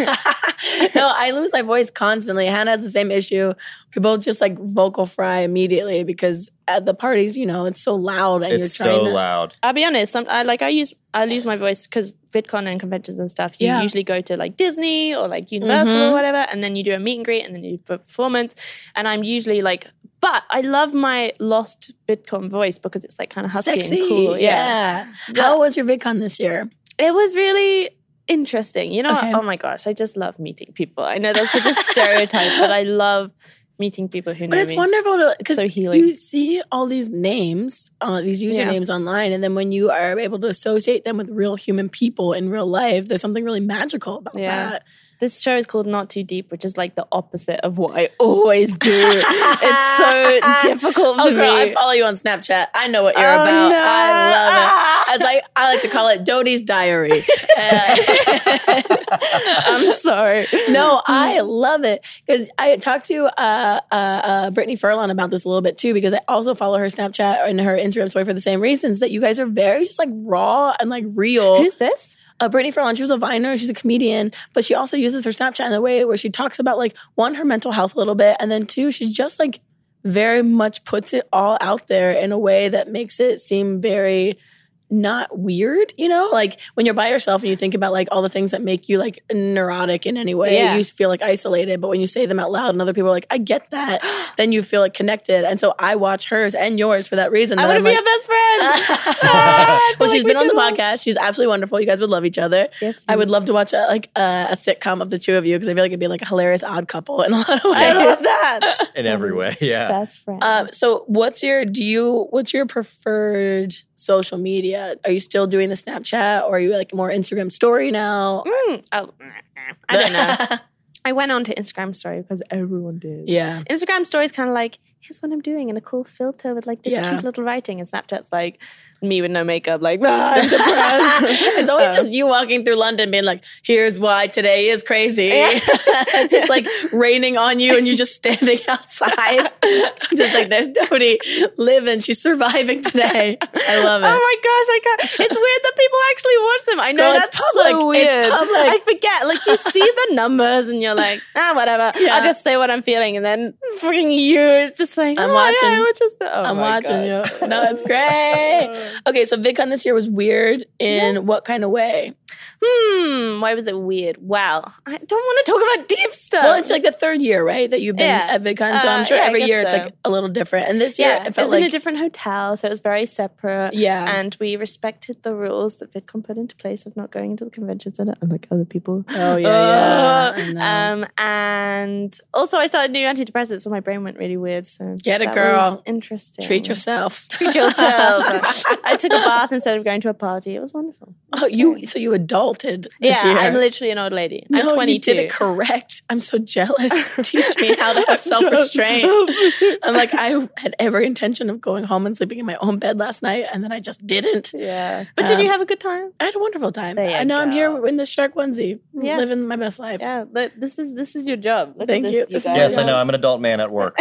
Speaker 3: no, I lose my voice constantly. Hannah has the same issue. We both just like vocal fry immediately because at the parties, you know, it's so loud and
Speaker 5: It's
Speaker 3: you're
Speaker 5: so
Speaker 3: trying to.
Speaker 5: loud.
Speaker 6: I'll be honest. Some, I like I use I lose my voice because VidCon and conventions and stuff. You
Speaker 3: Yeah. Mm-hmm.
Speaker 6: usually go to like Disney or like Universal or whatever, and then you do a meet and greet and then you do a performance. And I'm usually like, but I love my lost VidCon voice because it's like kind of husky
Speaker 3: Sexy.
Speaker 6: and cool. Yeah.
Speaker 3: How was your VidCon this year?
Speaker 6: it was really interesting. You know,
Speaker 3: Okay.
Speaker 6: oh my gosh, I just love meeting people. I know that's such a stereotype, but I love meeting people who
Speaker 3: But
Speaker 6: know
Speaker 3: it's
Speaker 6: me.
Speaker 3: wonderful to because
Speaker 6: so healing.
Speaker 3: you see all these names, uh, these usernames online, and then when you are able to associate them with real human people in real life, there's something really magical about
Speaker 6: Yeah.
Speaker 3: that.
Speaker 6: This show is called Not Too Deep, which is like the opposite of what I always do. it's *laughs* so difficult for
Speaker 3: Oh, girl,
Speaker 6: me.
Speaker 3: I follow you on Snapchat. I know what you're
Speaker 6: Oh,
Speaker 3: about.
Speaker 6: no.
Speaker 3: I
Speaker 6: *laughs*
Speaker 3: love it. As I, I like to call it Dodie's Diary. Uh,
Speaker 6: *laughs* I'm sorry.
Speaker 3: no,
Speaker 6: *laughs*
Speaker 3: I love it because I talked to uh, uh, uh, Brittany Furlan about this a little bit too because I also follow her Snapchat and her Instagram story for the same reasons that you guys are very just like raw and like real.
Speaker 6: Who's this?
Speaker 3: uh, Brittany Furlan, she was a viner, she's a comedian, but she also uses her Snapchat in a way where she talks about like one, her mental health a little bit, and then two, she just like very much puts it all out there in a way that makes it seem very not weird, you know? Like when you're by yourself and you think about like all the things that make you like neurotic in any way,
Speaker 6: Yeah.
Speaker 3: you feel like isolated. But when you say them out loud and other people are like, I get
Speaker 6: *gasps*
Speaker 3: that, then you feel like connected. And so I watch hers and yours for that reason.
Speaker 6: I
Speaker 3: that
Speaker 6: want to
Speaker 3: I'm,
Speaker 6: be
Speaker 3: like,
Speaker 6: your best friend. *laughs*
Speaker 3: well,
Speaker 6: like
Speaker 3: she's
Speaker 6: we
Speaker 3: been on the
Speaker 6: could love-
Speaker 3: podcast. She's absolutely wonderful. You guys would love each other.
Speaker 6: Yes,
Speaker 3: I would love to watch a, like a, a sitcom of the two of you because I feel like it'd be like a hilarious odd couple in a lot of ways.
Speaker 6: I love *laughs* that.
Speaker 5: In every way. *laughs* Yeah.
Speaker 6: best friend.
Speaker 3: *laughs* Um, so, what's your do you what's your preferred social media? Are you still doing the Snapchat or are you like more Instagram story now?
Speaker 6: Mm, oh, I don't know. *laughs* I went on to Instagram story because everyone did.
Speaker 3: yeah, *laughs*
Speaker 6: Instagram story is kind of like, here's what I'm doing and a cool filter with like this
Speaker 3: Yeah.
Speaker 6: cute little writing. And Snapchat's like, me with no makeup, like, *laughs* "Ah,
Speaker 3: *laughs*
Speaker 6: I'm depressed.
Speaker 3: it's always
Speaker 6: *laughs* Um,
Speaker 3: just you walking through London being like, "Here's why today is crazy,"
Speaker 6: Yeah.
Speaker 3: *laughs* just like raining on you, and you just standing *laughs*
Speaker 6: *laughs*
Speaker 3: outside, just like there's Dodie living. She's surviving today. I love it.
Speaker 6: Oh my gosh, I can't. It's weird that people actually watch them. I know
Speaker 3: Girl, it's
Speaker 6: that's so
Speaker 3: public.
Speaker 6: weird.
Speaker 3: It's public.
Speaker 6: I forget. Like you see the numbers and you're like, ah, whatever.
Speaker 3: Yeah.
Speaker 6: I'll just say what I'm feeling, and then freaking you. It's just like
Speaker 3: I'm
Speaker 6: oh, yeah,
Speaker 3: watching.
Speaker 6: I watch this- oh
Speaker 3: I'm
Speaker 6: my
Speaker 3: watching
Speaker 6: God. *laughs*
Speaker 3: you. No, it's great. Okay, so VidCon this year was weird in what kind of way?
Speaker 6: Hmm. Why was it weird? Well, I don't want to talk about deep stuff.
Speaker 3: Well, it's like the third year, right, that you've been
Speaker 6: Oh, Yeah.
Speaker 3: at VidCon. So
Speaker 6: Uh,
Speaker 3: I'm sure
Speaker 6: yeah, I
Speaker 3: every
Speaker 6: guess
Speaker 3: year it's
Speaker 6: so.
Speaker 3: like a little different. And this year
Speaker 6: yeah,
Speaker 3: it
Speaker 6: it
Speaker 3: felt
Speaker 6: was
Speaker 3: like
Speaker 6: in a different hotel, so it was very separate.
Speaker 3: Yeah.
Speaker 6: and we respected the rules that VidCon put into place of not going into the convention center, unlike other people.
Speaker 3: oh yeah, yeah. I know.
Speaker 6: Um, and also I started new antidepressants, so my brain went really weird. So
Speaker 3: Get it,
Speaker 6: that
Speaker 3: girl.
Speaker 6: was interesting.
Speaker 3: Treat yourself.
Speaker 6: *laughs* Treat
Speaker 3: *laughs*
Speaker 6: yourself. I took a bath instead of going to a party. It was wonderful.
Speaker 3: oh, you so you adulted.
Speaker 6: Yeah,
Speaker 3: This year.
Speaker 6: I'm literally an old lady. I'm
Speaker 3: No,
Speaker 6: 22.
Speaker 3: you did it correct. I'm so
Speaker 6: *laughs*
Speaker 3: jealous. Teach me how to have self restraint. I'm like, I had every intention of going home and sleeping in my own bed last night, and then I just didn't.
Speaker 6: yeah, but did you
Speaker 3: Um,
Speaker 6: have a good time?
Speaker 3: I had a wonderful time.
Speaker 6: There you
Speaker 3: I know I'm
Speaker 6: go.
Speaker 3: here in this shark onesie,
Speaker 6: Yeah.
Speaker 3: living my best life.
Speaker 6: Yeah, but this is this is your job. Look at
Speaker 3: Thank
Speaker 6: this,
Speaker 3: you. This is
Speaker 6: guys.
Speaker 3: my
Speaker 5: Yes, I
Speaker 3: Yeah.
Speaker 5: know. I'm an adult man at
Speaker 6: *laughs*
Speaker 5: work.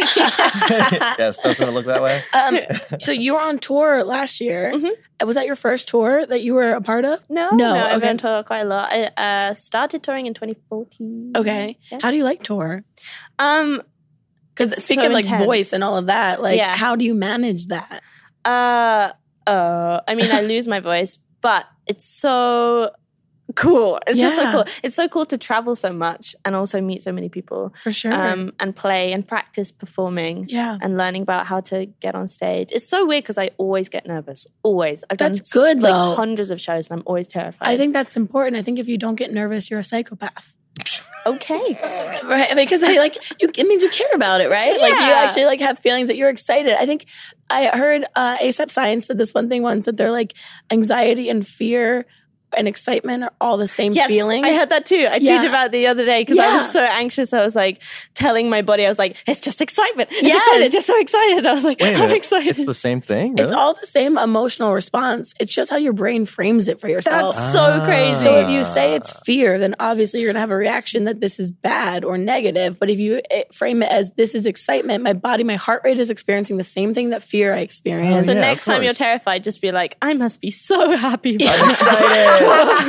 Speaker 5: yes, doesn't it look that way?
Speaker 3: Um, so you were on tour last year.
Speaker 6: Mm-hmm.
Speaker 3: Uh, Was that your first tour that you were a part of?
Speaker 6: No,
Speaker 3: No,
Speaker 6: no, I've
Speaker 3: okay.
Speaker 6: been touring quite a lot. I uh, started touring in 2014.
Speaker 3: Okay.
Speaker 6: Yeah.
Speaker 3: How do you like tour?
Speaker 6: Um,
Speaker 3: Because
Speaker 6: It's
Speaker 3: speaking
Speaker 6: so
Speaker 3: of like
Speaker 6: intense.
Speaker 3: voice and all of that, like
Speaker 6: Yeah.
Speaker 3: how do you manage that?
Speaker 6: uh, uh, I mean, I lose my voice, but it's so cool. It's just so
Speaker 3: Yeah.
Speaker 6: cool. It's so cool to travel so much and also meet so many people.
Speaker 3: For sure.
Speaker 6: Um, and play and practice performing.
Speaker 3: Yeah.
Speaker 6: And learning about how to get on stage. It's so weird because I always get nervous. Always. I've done
Speaker 3: That's
Speaker 6: s-
Speaker 3: good,
Speaker 6: like
Speaker 3: though.
Speaker 6: hundreds of shows and I'm always terrified.
Speaker 3: I think that's important. I think if you don't get nervous, you're a psychopath.
Speaker 6: okay.
Speaker 3: Right? Because I like you it means you care about it, right? Like you
Speaker 6: Yeah.
Speaker 3: actually like have feelings that you're excited. I think I heard uh ASAP Science said this one thing once that they're like anxiety and fear and excitement are all the same
Speaker 6: Yes,
Speaker 3: feeling.
Speaker 6: I heard that too. I
Speaker 3: Yeah.
Speaker 6: tweeted about it the other day because I
Speaker 3: Yeah.
Speaker 6: was so anxious. I was like telling my body, I was like, "It's just excitement. It's
Speaker 3: Yes.
Speaker 6: excited. It's just so excited." I was like,
Speaker 5: Wait a
Speaker 6: "I'm
Speaker 5: minute.
Speaker 6: excited."
Speaker 5: It's the same thing.
Speaker 3: it's
Speaker 5: really? *laughs*
Speaker 3: all the same emotional response. It's just how your brain frames it for yourself.
Speaker 5: Oh.
Speaker 6: That's so crazy.
Speaker 3: So if you say
Speaker 5: Ah.
Speaker 3: it's fear, then obviously you're going to have a reaction that this is bad or negative. But if you eh, frame it as this is excitement, my body, my heart rate is experiencing the same thing that fear I experience.
Speaker 6: so
Speaker 5: Oh, Yeah,
Speaker 6: next
Speaker 5: of
Speaker 6: time you're
Speaker 5: course.
Speaker 6: terrified, just be like, "I must be so *laughs* happy." about this."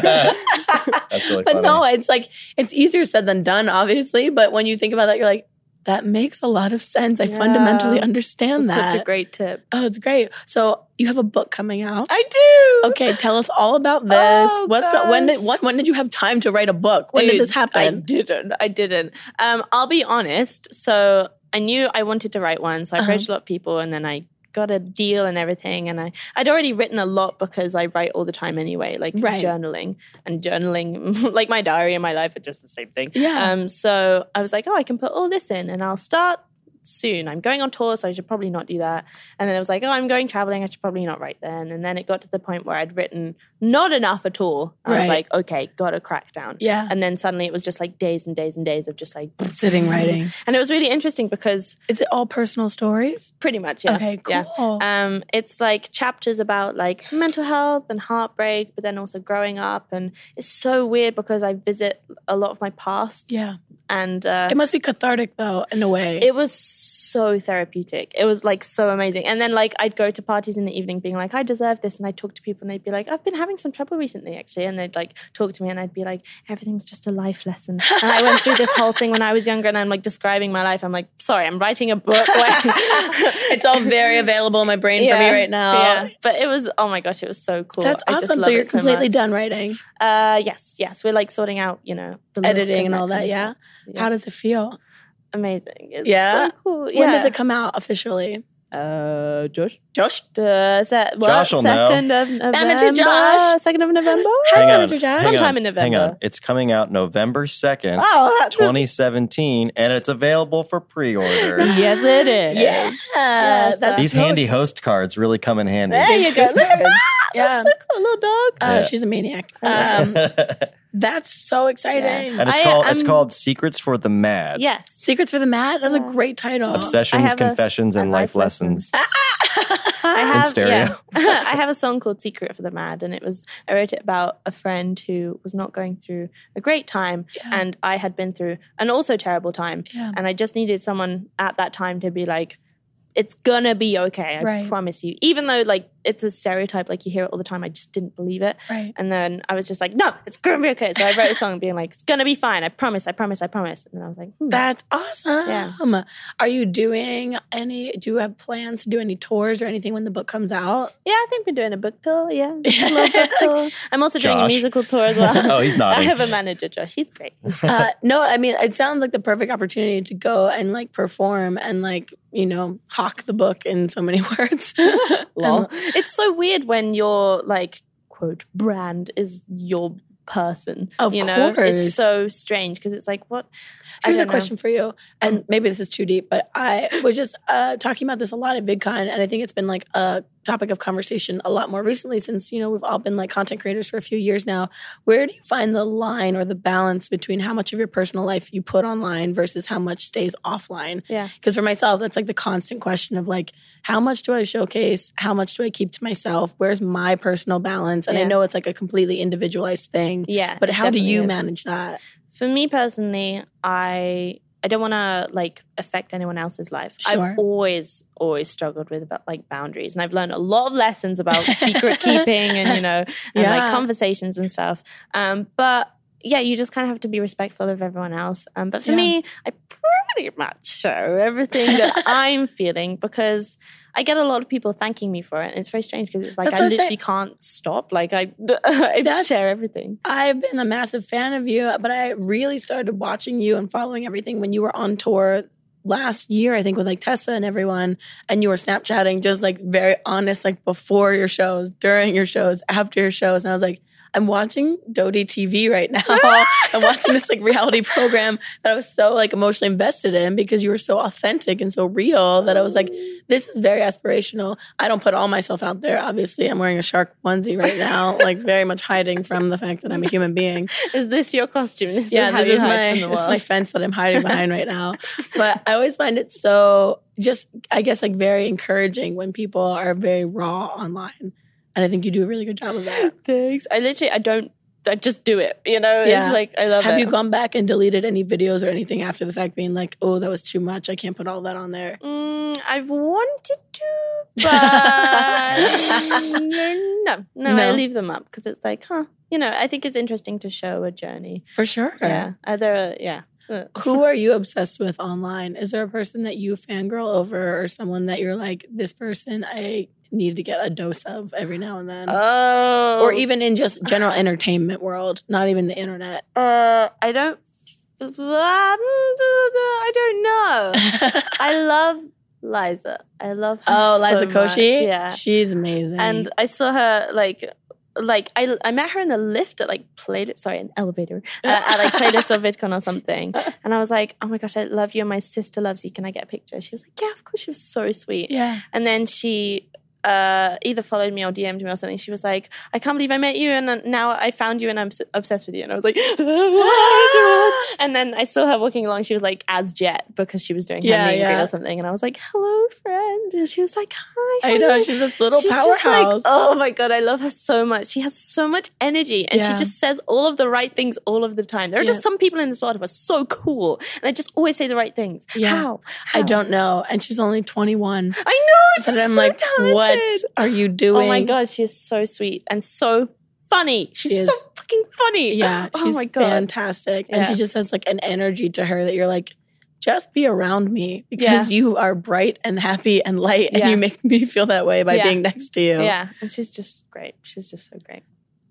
Speaker 5: That's really
Speaker 3: But
Speaker 5: funny.
Speaker 3: no, it's like it's easier said than done, obviously. But when you think about that, you're like, that makes a lot of sense. I
Speaker 6: Yeah.
Speaker 3: fundamentally understand
Speaker 6: That's
Speaker 3: that.
Speaker 6: such a great tip.
Speaker 3: oh, it's great. So you have a book coming out.
Speaker 6: I do.
Speaker 3: Okay, tell us all about this.
Speaker 6: *laughs* Oh,
Speaker 3: What's go- when did
Speaker 6: gosh.
Speaker 3: when, when did you have time to write a book? When did
Speaker 6: Dude,
Speaker 3: this
Speaker 6: I
Speaker 3: happen?
Speaker 6: didn't. I didn't. Um, I'll be honest. So I knew I wanted to write one. So I
Speaker 3: Uh-huh.
Speaker 6: approached a lot of people and then I got a deal and everything. And I, I'd already written a lot because I write all the time anyway, like
Speaker 3: Right.
Speaker 6: journaling and journaling, *laughs* like my diary and my life are just the same thing.
Speaker 3: Yeah.
Speaker 6: Um, so I was like, oh, I can put all this in and I'll start soon. I'm going on tour, so I should probably not do that. And then I was like, oh, I'm going traveling. I should probably not write then. And then it got to the point where I'd written not enough at all. I was
Speaker 3: Right.
Speaker 6: like, okay, got to crack down.
Speaker 3: Yeah.
Speaker 6: And then suddenly it was just like days and days and days of just like, *laughs*
Speaker 3: Sitting writing.
Speaker 6: and it was really interesting because
Speaker 3: Is it all personal stories?
Speaker 6: pretty much, yeah.
Speaker 3: Okay,
Speaker 6: Yeah.
Speaker 3: cool.
Speaker 6: Um, it's like chapters about like mental health and heartbreak, but then also growing up. And it's so weird because I visit a lot of my past.
Speaker 3: Yeah.
Speaker 6: And uh,
Speaker 3: It must be cathartic though, in a way.
Speaker 6: it was so therapeutic. It was like so amazing. And then like I'd go to parties in the evening being like, I deserve this. And I'd talk to people and they'd be like, I've been having some trouble recently, actually. And they'd like talk to me and I'd be like, everything's just a life lesson. And I went through this whole thing when I was younger and I'm like describing my life. I'm like, sorry, I'm writing a
Speaker 3: *laughs*
Speaker 6: book. *laughs*
Speaker 3: it's all very available in my brain for me right now.
Speaker 6: Yeah. But it was, oh my gosh, it was so cool.
Speaker 3: That's
Speaker 6: I just
Speaker 3: awesome. So
Speaker 6: love
Speaker 3: you're
Speaker 6: it
Speaker 3: completely
Speaker 6: much.
Speaker 3: done writing,
Speaker 6: Uh, yes, yes. We're like sorting out, you know, the look
Speaker 3: editing, and all that.
Speaker 6: kind of
Speaker 3: Yeah.
Speaker 6: stuff.
Speaker 3: How does it feel?
Speaker 6: amazing. It's
Speaker 3: Yeah?
Speaker 6: so cool.
Speaker 3: When
Speaker 6: Yeah.
Speaker 3: does it come out officially?
Speaker 6: Uh, Josh?
Speaker 3: Josh.
Speaker 6: The se- what?
Speaker 5: Josh will know.
Speaker 6: second of November.
Speaker 3: Manager Josh.
Speaker 6: Second of November.
Speaker 5: Hang on.
Speaker 3: Manager Jack?
Speaker 5: hang
Speaker 6: Sometime
Speaker 5: on,
Speaker 6: in
Speaker 5: Hang on.
Speaker 6: November.
Speaker 5: It's coming out November 2nd,
Speaker 6: Oh, that's
Speaker 5: 2017, and it's available for pre
Speaker 6: *laughs*
Speaker 5: order.
Speaker 6: yes, it is.
Speaker 3: Yeah.
Speaker 6: so-
Speaker 5: These handy host cards really come in handy.
Speaker 6: There you go. Look at that.
Speaker 3: Yeah.
Speaker 6: Ah, That's so cool, little dog.
Speaker 3: Uh,
Speaker 5: Yeah.
Speaker 3: She's a
Speaker 6: *laughs*
Speaker 3: maniac. Um, that's so exciting.
Speaker 5: and it's
Speaker 6: I,
Speaker 5: called it's
Speaker 6: um,
Speaker 5: called Secrets for the Mad.
Speaker 6: yes.
Speaker 3: Secrets for the Mad. That's a great title.
Speaker 6: I
Speaker 5: Obsessions,
Speaker 6: have a-
Speaker 5: confessions, and
Speaker 6: a
Speaker 5: life
Speaker 6: life
Speaker 5: lessons.
Speaker 6: *laughs* I have,
Speaker 5: stereo.
Speaker 6: yeah. *laughs* I have a song called Secret for the Mad, and it was, I wrote it about a friend who was not going through a great time, and I had been through an also terrible time.
Speaker 3: Yeah.
Speaker 6: And I just needed someone at that time to be like, it's gonna be okay. I
Speaker 3: Right.
Speaker 6: promise you. Even though like it's a stereotype, like you hear it all the time, I just didn't believe it.
Speaker 3: Right.
Speaker 6: And then I was just like, no, it's gonna be okay. So I wrote a song being like, it's gonna be fine. I promise, I promise, I promise. And then I was like, hmm.
Speaker 3: That's awesome. Are you doing any? Do you have plans to do any tours or anything when the book comes out?
Speaker 6: yeah, I think we're doing a book tour. Yeah, a little book tour. I'm also doing a
Speaker 5: Josh.
Speaker 6: musical tour as well.
Speaker 5: *laughs* Oh, he's nodding.
Speaker 6: *laughs* I have a manager, Josh. He's great.
Speaker 3: uh, no, I mean, it sounds like the perfect opportunity to go and like perform and like, you know, hawk the book in so many *laughs* words.
Speaker 6: Lol.
Speaker 3: And-
Speaker 6: it's so weird when your like quote brand is your person.
Speaker 3: Of
Speaker 6: you know,
Speaker 3: course.
Speaker 6: it's so strange because it's like what. I
Speaker 3: Here's a
Speaker 6: don't know. Um,
Speaker 3: question for you, and maybe this is too deep, but I was just uh, talking about this a lot at VidCon, and I think it's been like a topic of conversation a lot more recently since you know we've all been like content creators for a few years now. Where do you find the line or the balance between how much of your personal life you put online versus how much stays offline?
Speaker 6: Yeah.
Speaker 3: Because for myself, that's like the constant question of like, how much do I showcase? How much do I keep to myself? Where's my personal balance? And I
Speaker 6: Yeah.
Speaker 3: know it's like a completely individualized thing,
Speaker 6: Yeah,
Speaker 3: but
Speaker 6: it
Speaker 3: how do you
Speaker 6: definitely is.
Speaker 3: manage that?
Speaker 6: For me personally, I I don't want to like affect anyone else's life.
Speaker 3: Sure.
Speaker 6: I've always always struggled with about like boundaries, and I've learned a lot of
Speaker 3: *laughs*
Speaker 6: lessons about secret keeping and you know and
Speaker 3: Yeah.
Speaker 6: like conversations and stuff. Um, but yeah, you just kind of have to be respectful of everyone else. Um, but for
Speaker 3: Yeah.
Speaker 6: me, I pretty much show
Speaker 3: *laughs*
Speaker 6: everything that I'm feeling because I get a lot of people thanking me for it. And it's very strange because it's like
Speaker 3: That's
Speaker 6: I
Speaker 3: what I say.
Speaker 6: literally can't stop. Like I, *laughs* I
Speaker 3: That's-
Speaker 6: share everything.
Speaker 3: I've been a massive fan of you, but I really started watching you and following everything when you were on tour last year, I think, with like Tessa and everyone. And you were Snapchatting just like very honest, like before your shows, during your shows, after your shows. And I was like, I'm watching Dodie TV right now. I'm watching this like reality program that I was so like emotionally invested in because you were so authentic and so real that I was like, this is very aspirational. I don't put all myself out there. Obviously, I'm wearing a shark onesie right
Speaker 6: *laughs*
Speaker 3: now, like very much hiding from the fact that I'm a human being.
Speaker 6: Is this your costume? This
Speaker 3: yeah,
Speaker 6: is how
Speaker 3: this
Speaker 6: you
Speaker 3: is
Speaker 6: hide
Speaker 3: my
Speaker 6: from the
Speaker 3: this is
Speaker 6: world.
Speaker 3: my fence that I'm hiding behind right now. But I always find it so just I guess like very encouraging when people are very raw online. And I think you do a really good job of that.
Speaker 6: *laughs* Thanks. I literally, I don't, I just do it. You know,
Speaker 3: Yeah.
Speaker 6: it's like I love
Speaker 3: Have
Speaker 6: it.
Speaker 3: you gone back and deleted any videos or anything after the fact, being like, "Oh, that was too much. I can't put all that on there."
Speaker 6: Mm, I've wanted to, but *laughs* no, no, no, I
Speaker 3: No.
Speaker 6: leave them up because it's like, huh, you know, I think it's interesting to show a journey.
Speaker 3: For sure.
Speaker 6: Yeah, either yeah. Uh,
Speaker 3: Who are you obsessed with online? Is there a person that you fangirl over or someone that you're like, this person I need to get a dose of every now and then?
Speaker 6: Oh,
Speaker 3: or even in just
Speaker 6: *sighs*
Speaker 3: general entertainment world, not even the internet.
Speaker 6: uh, I don't. I don't know. I love Liza. I love her.
Speaker 3: oh,
Speaker 6: Oh, so
Speaker 3: *laughs* Liza
Speaker 6: much.
Speaker 3: Koshy?
Speaker 6: Yeah,
Speaker 3: She's amazing.
Speaker 6: and I saw her like like I, I met her in a lift at like played sorry an elevator uh, at like playlist or VidCon
Speaker 3: *laughs*
Speaker 6: or something and I was like oh my gosh I love you and my sister loves you can I get a picture she was like yeah of course she was so sweet
Speaker 3: yeah.
Speaker 6: and then she uh, either followed me or DM'd me or something she was like I can't believe I met you and uh, now I found you and I'm s- obsessed with you and I was like *laughs*
Speaker 3: *laughs*
Speaker 6: and then I saw her walking along she was like as Jet because she was doing her
Speaker 3: Yeah,
Speaker 6: name
Speaker 3: yeah.
Speaker 6: grid or something and I was like hello friend and she was like hi
Speaker 3: I know.
Speaker 6: hello."
Speaker 3: She's this little
Speaker 6: She's just like,
Speaker 3: powerhouse.
Speaker 6: oh my god, I love her so much. She has so much energy, and
Speaker 3: Yeah.
Speaker 6: she just says all of the right things all of the time. There are
Speaker 3: Yeah.
Speaker 6: just some people in this world who are so cool, and they just always say the right things.
Speaker 3: Yeah.
Speaker 6: How?
Speaker 3: I
Speaker 6: How?
Speaker 3: don't know. And she's only 21.
Speaker 6: I know.
Speaker 3: But
Speaker 6: She's
Speaker 3: I'm
Speaker 6: so
Speaker 3: like,
Speaker 6: talented.
Speaker 3: what are you doing?
Speaker 6: Oh my god, she is so sweet and so funny. She's
Speaker 3: She is.
Speaker 6: so fucking *laughs* funny.
Speaker 3: Yeah,
Speaker 6: *gasps* Oh
Speaker 3: she's
Speaker 6: my god.
Speaker 3: fantastic. And she
Speaker 6: Yeah.
Speaker 3: just has like an energy to her that you're like, just be around me because you are bright and happy and light and
Speaker 6: Yeah.
Speaker 3: you make me feel that way by
Speaker 6: Yeah.
Speaker 3: being next to you.
Speaker 6: Yeah, and she's just great. She's just so great.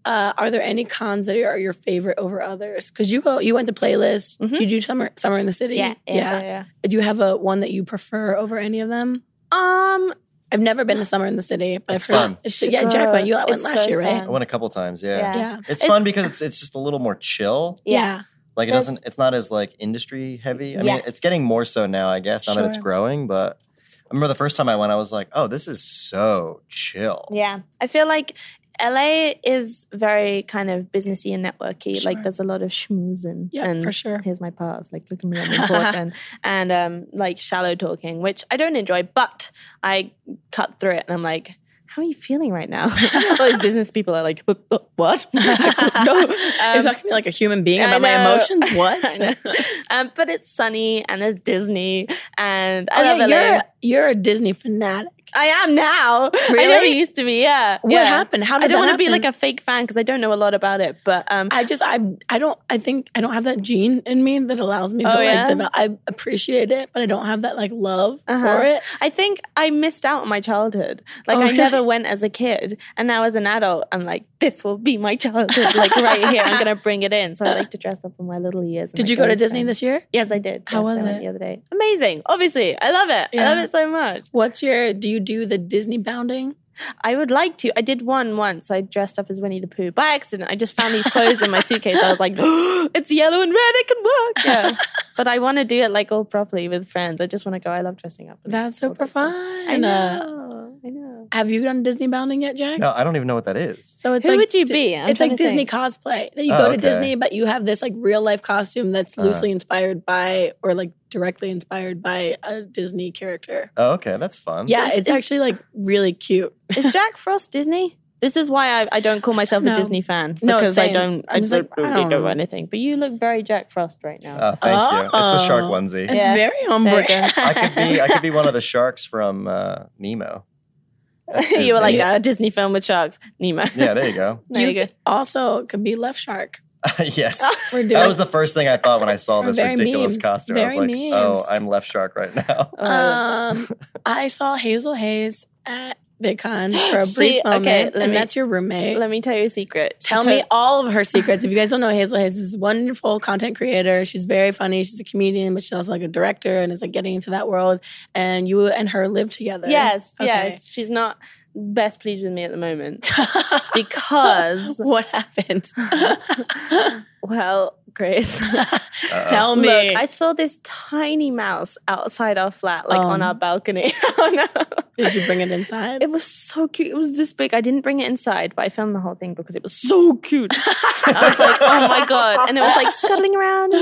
Speaker 3: Uh, are there any cons that are your favorite over others? Because you go, you went to playlist.
Speaker 6: Mhm.
Speaker 3: Did you do summer summer in the city?
Speaker 6: yeah, yeah.
Speaker 3: Do you have a one that you prefer over any of them?
Speaker 6: Um,
Speaker 3: I've never been to summer in the city, but
Speaker 5: It's
Speaker 3: I've heard
Speaker 5: fun.
Speaker 3: it's
Speaker 6: You should
Speaker 3: yeah. Jack
Speaker 6: go.
Speaker 3: went. You went
Speaker 6: It's
Speaker 3: last
Speaker 6: so
Speaker 3: year,
Speaker 5: I
Speaker 3: right?
Speaker 6: fun.
Speaker 5: went a couple times. Yeah.
Speaker 6: Yeah.
Speaker 3: Yeah.
Speaker 5: It's,
Speaker 6: It's-
Speaker 5: fun because it's it's just a little more chill.
Speaker 3: Yeah.
Speaker 5: Like it
Speaker 6: There's-
Speaker 5: doesn't. It's not as like industry heavy. I mean,
Speaker 6: Yes.
Speaker 5: it's getting more so now. I guess now that it's
Speaker 3: Sure.
Speaker 5: growing. But I remember the first time I went, I was like, "Oh, this is so chill."
Speaker 6: Yeah. I feel like LA is very kind of businessy and networky.
Speaker 3: Sure.
Speaker 6: Like there's a lot of schmoozing
Speaker 3: Yeah,
Speaker 6: and
Speaker 3: for sure.
Speaker 6: here's my past, like look at me,
Speaker 3: *laughs*
Speaker 6: I'm important. and um like shallow talking, which I don't enjoy, but I cut through it and I'm like, how are you feeling
Speaker 3: *laughs*
Speaker 6: right now? *laughs* All these business people are like, "But- but what? *laughs*
Speaker 3: *laughs*
Speaker 6: no.
Speaker 3: They talk to me like a human being
Speaker 6: Um, I
Speaker 3: about my
Speaker 6: know.
Speaker 3: emotions.
Speaker 6: *laughs*
Speaker 3: What? *laughs*
Speaker 6: I know. um, but it's sunny and there's Disney and I
Speaker 3: Oh, yeah,
Speaker 6: love LA.
Speaker 3: you're you're a Disney fanatic.
Speaker 6: I am now. I never
Speaker 3: Really?
Speaker 6: used to be. Yeah.
Speaker 3: What
Speaker 6: Yeah.
Speaker 3: happened? How did
Speaker 6: I don't
Speaker 3: want to
Speaker 6: be like a fake fan because I don't know a lot about it. But um,
Speaker 3: I just I I don't I think I don't have that gene in me that allows me to
Speaker 6: Oh,
Speaker 3: like
Speaker 6: yeah?
Speaker 3: develop. I appreciate it, but I don't have that like love for
Speaker 6: Uh-huh.
Speaker 3: it.
Speaker 6: I think I missed out on my childhood. Like
Speaker 3: Oh,
Speaker 6: I
Speaker 3: really?
Speaker 6: never went as a kid, and now as an adult, I'm like, this will be my childhood. Like right here, I'm gonna bring it in. So I like to dress up in my little years. and
Speaker 3: Did
Speaker 6: my
Speaker 3: you go to
Speaker 6: girlfriends.
Speaker 3: Disney this year?
Speaker 6: Yes, I did.
Speaker 3: How
Speaker 6: Yes, I
Speaker 3: was
Speaker 6: went
Speaker 3: it?
Speaker 6: the other day? Amazing. Obviously, I love it. I
Speaker 3: Yeah.
Speaker 6: love it so much.
Speaker 3: What's your do you do the Disney bounding?
Speaker 6: I would like to. I did one once. I dressed up as Winnie the Pooh by accident. I just found these clothes in my suitcase. I was like, *gasps* it's yellow and red. It can
Speaker 3: *laughs*
Speaker 6: work. Yeah. but I want to do it like all properly with friends. I just want to go. I love dressing up. and
Speaker 3: That's
Speaker 6: all
Speaker 3: super
Speaker 6: that stuff.
Speaker 3: fun. Uh, *laughs*
Speaker 6: I know. I know.
Speaker 3: have you done Disney bounding yet, Jack?
Speaker 5: No, I don't even know what that is.
Speaker 3: So it's
Speaker 6: Who
Speaker 3: like
Speaker 6: would you
Speaker 3: Di-
Speaker 6: be? I'm
Speaker 3: it's
Speaker 6: trying
Speaker 3: like
Speaker 6: to
Speaker 3: Disney
Speaker 6: think.
Speaker 3: cosplay. That you
Speaker 5: Oh,
Speaker 3: go to
Speaker 5: okay.
Speaker 3: Disney, but you have this like real life costume that's
Speaker 5: Uh-huh.
Speaker 3: loosely inspired by or like directly inspired by a Disney character.
Speaker 5: Oh, okay, that's fun.
Speaker 3: Yeah,
Speaker 6: It's-
Speaker 3: it's,
Speaker 6: it's-
Speaker 3: actually like really cute. *laughs*
Speaker 6: Is Jack Frost Disney? This is why I, I don't call myself
Speaker 3: No.
Speaker 6: a Disney fan
Speaker 3: No,
Speaker 6: because I
Speaker 3: same.
Speaker 6: don't. I
Speaker 3: I'm just
Speaker 6: don't,
Speaker 3: like, I
Speaker 6: really
Speaker 3: don't
Speaker 6: know
Speaker 3: know.
Speaker 6: anything. But you look very Jack Frost right now.
Speaker 5: Oh, thank you. It's the shark
Speaker 3: Oh.
Speaker 5: onesie.
Speaker 3: *laughs* It's
Speaker 6: Yeah.
Speaker 3: very on
Speaker 6: There you
Speaker 3: brand.
Speaker 6: go.
Speaker 5: *laughs* I could
Speaker 3: *laughs*
Speaker 5: be I could be one of the sharks from uh, Nemo.
Speaker 3: *laughs*
Speaker 5: That's
Speaker 6: *laughs* you were like "Ah,
Speaker 5: Disney.
Speaker 6: *laughs* a Disney film with sharks, Nemo.
Speaker 5: yeah, there you go. *laughs*
Speaker 6: There you go.
Speaker 3: also could be left shark.
Speaker 5: yes.
Speaker 3: We're doing
Speaker 5: That was the first thing I thought when I saw this
Speaker 3: Oh, Very
Speaker 5: ridiculous
Speaker 3: memes.
Speaker 5: costume. I was
Speaker 3: Very
Speaker 5: like, oh,
Speaker 3: memes.
Speaker 5: I'm left shark right now. *laughs*
Speaker 3: Um, I saw Hazel Hayes at VidCon for
Speaker 6: *gasps*
Speaker 3: a brief
Speaker 6: See, okay,
Speaker 3: moment,
Speaker 6: let
Speaker 3: and
Speaker 6: me-
Speaker 3: that's your roommate.
Speaker 6: Let me tell you a secret. She
Speaker 3: Tell
Speaker 6: told-
Speaker 3: me all of her secrets. If you guys don't know, Hazel Hayes is a wonderful content creator. She's very funny. She's a comedian, but she's also like a director and is like getting into that world. And you and her live together.
Speaker 6: Yes,
Speaker 3: Okay.
Speaker 6: yes. She's not best pleased with me at the moment
Speaker 3: *laughs*
Speaker 6: because,
Speaker 3: what
Speaker 6: *laughs*
Speaker 3: happened?
Speaker 6: well,
Speaker 3: *laughs*
Speaker 6: Grace.
Speaker 3: Tell me.
Speaker 6: Look, I saw this tiny mouse outside our flat, like on
Speaker 3: Um.
Speaker 6: our balcony. *laughs* oh no.
Speaker 3: Did you bring it inside?
Speaker 6: It was so cute. It was this big. I didn't bring it inside, but I filmed the whole thing because it was so cute. I was like, oh my God. And it was like scuttling around. And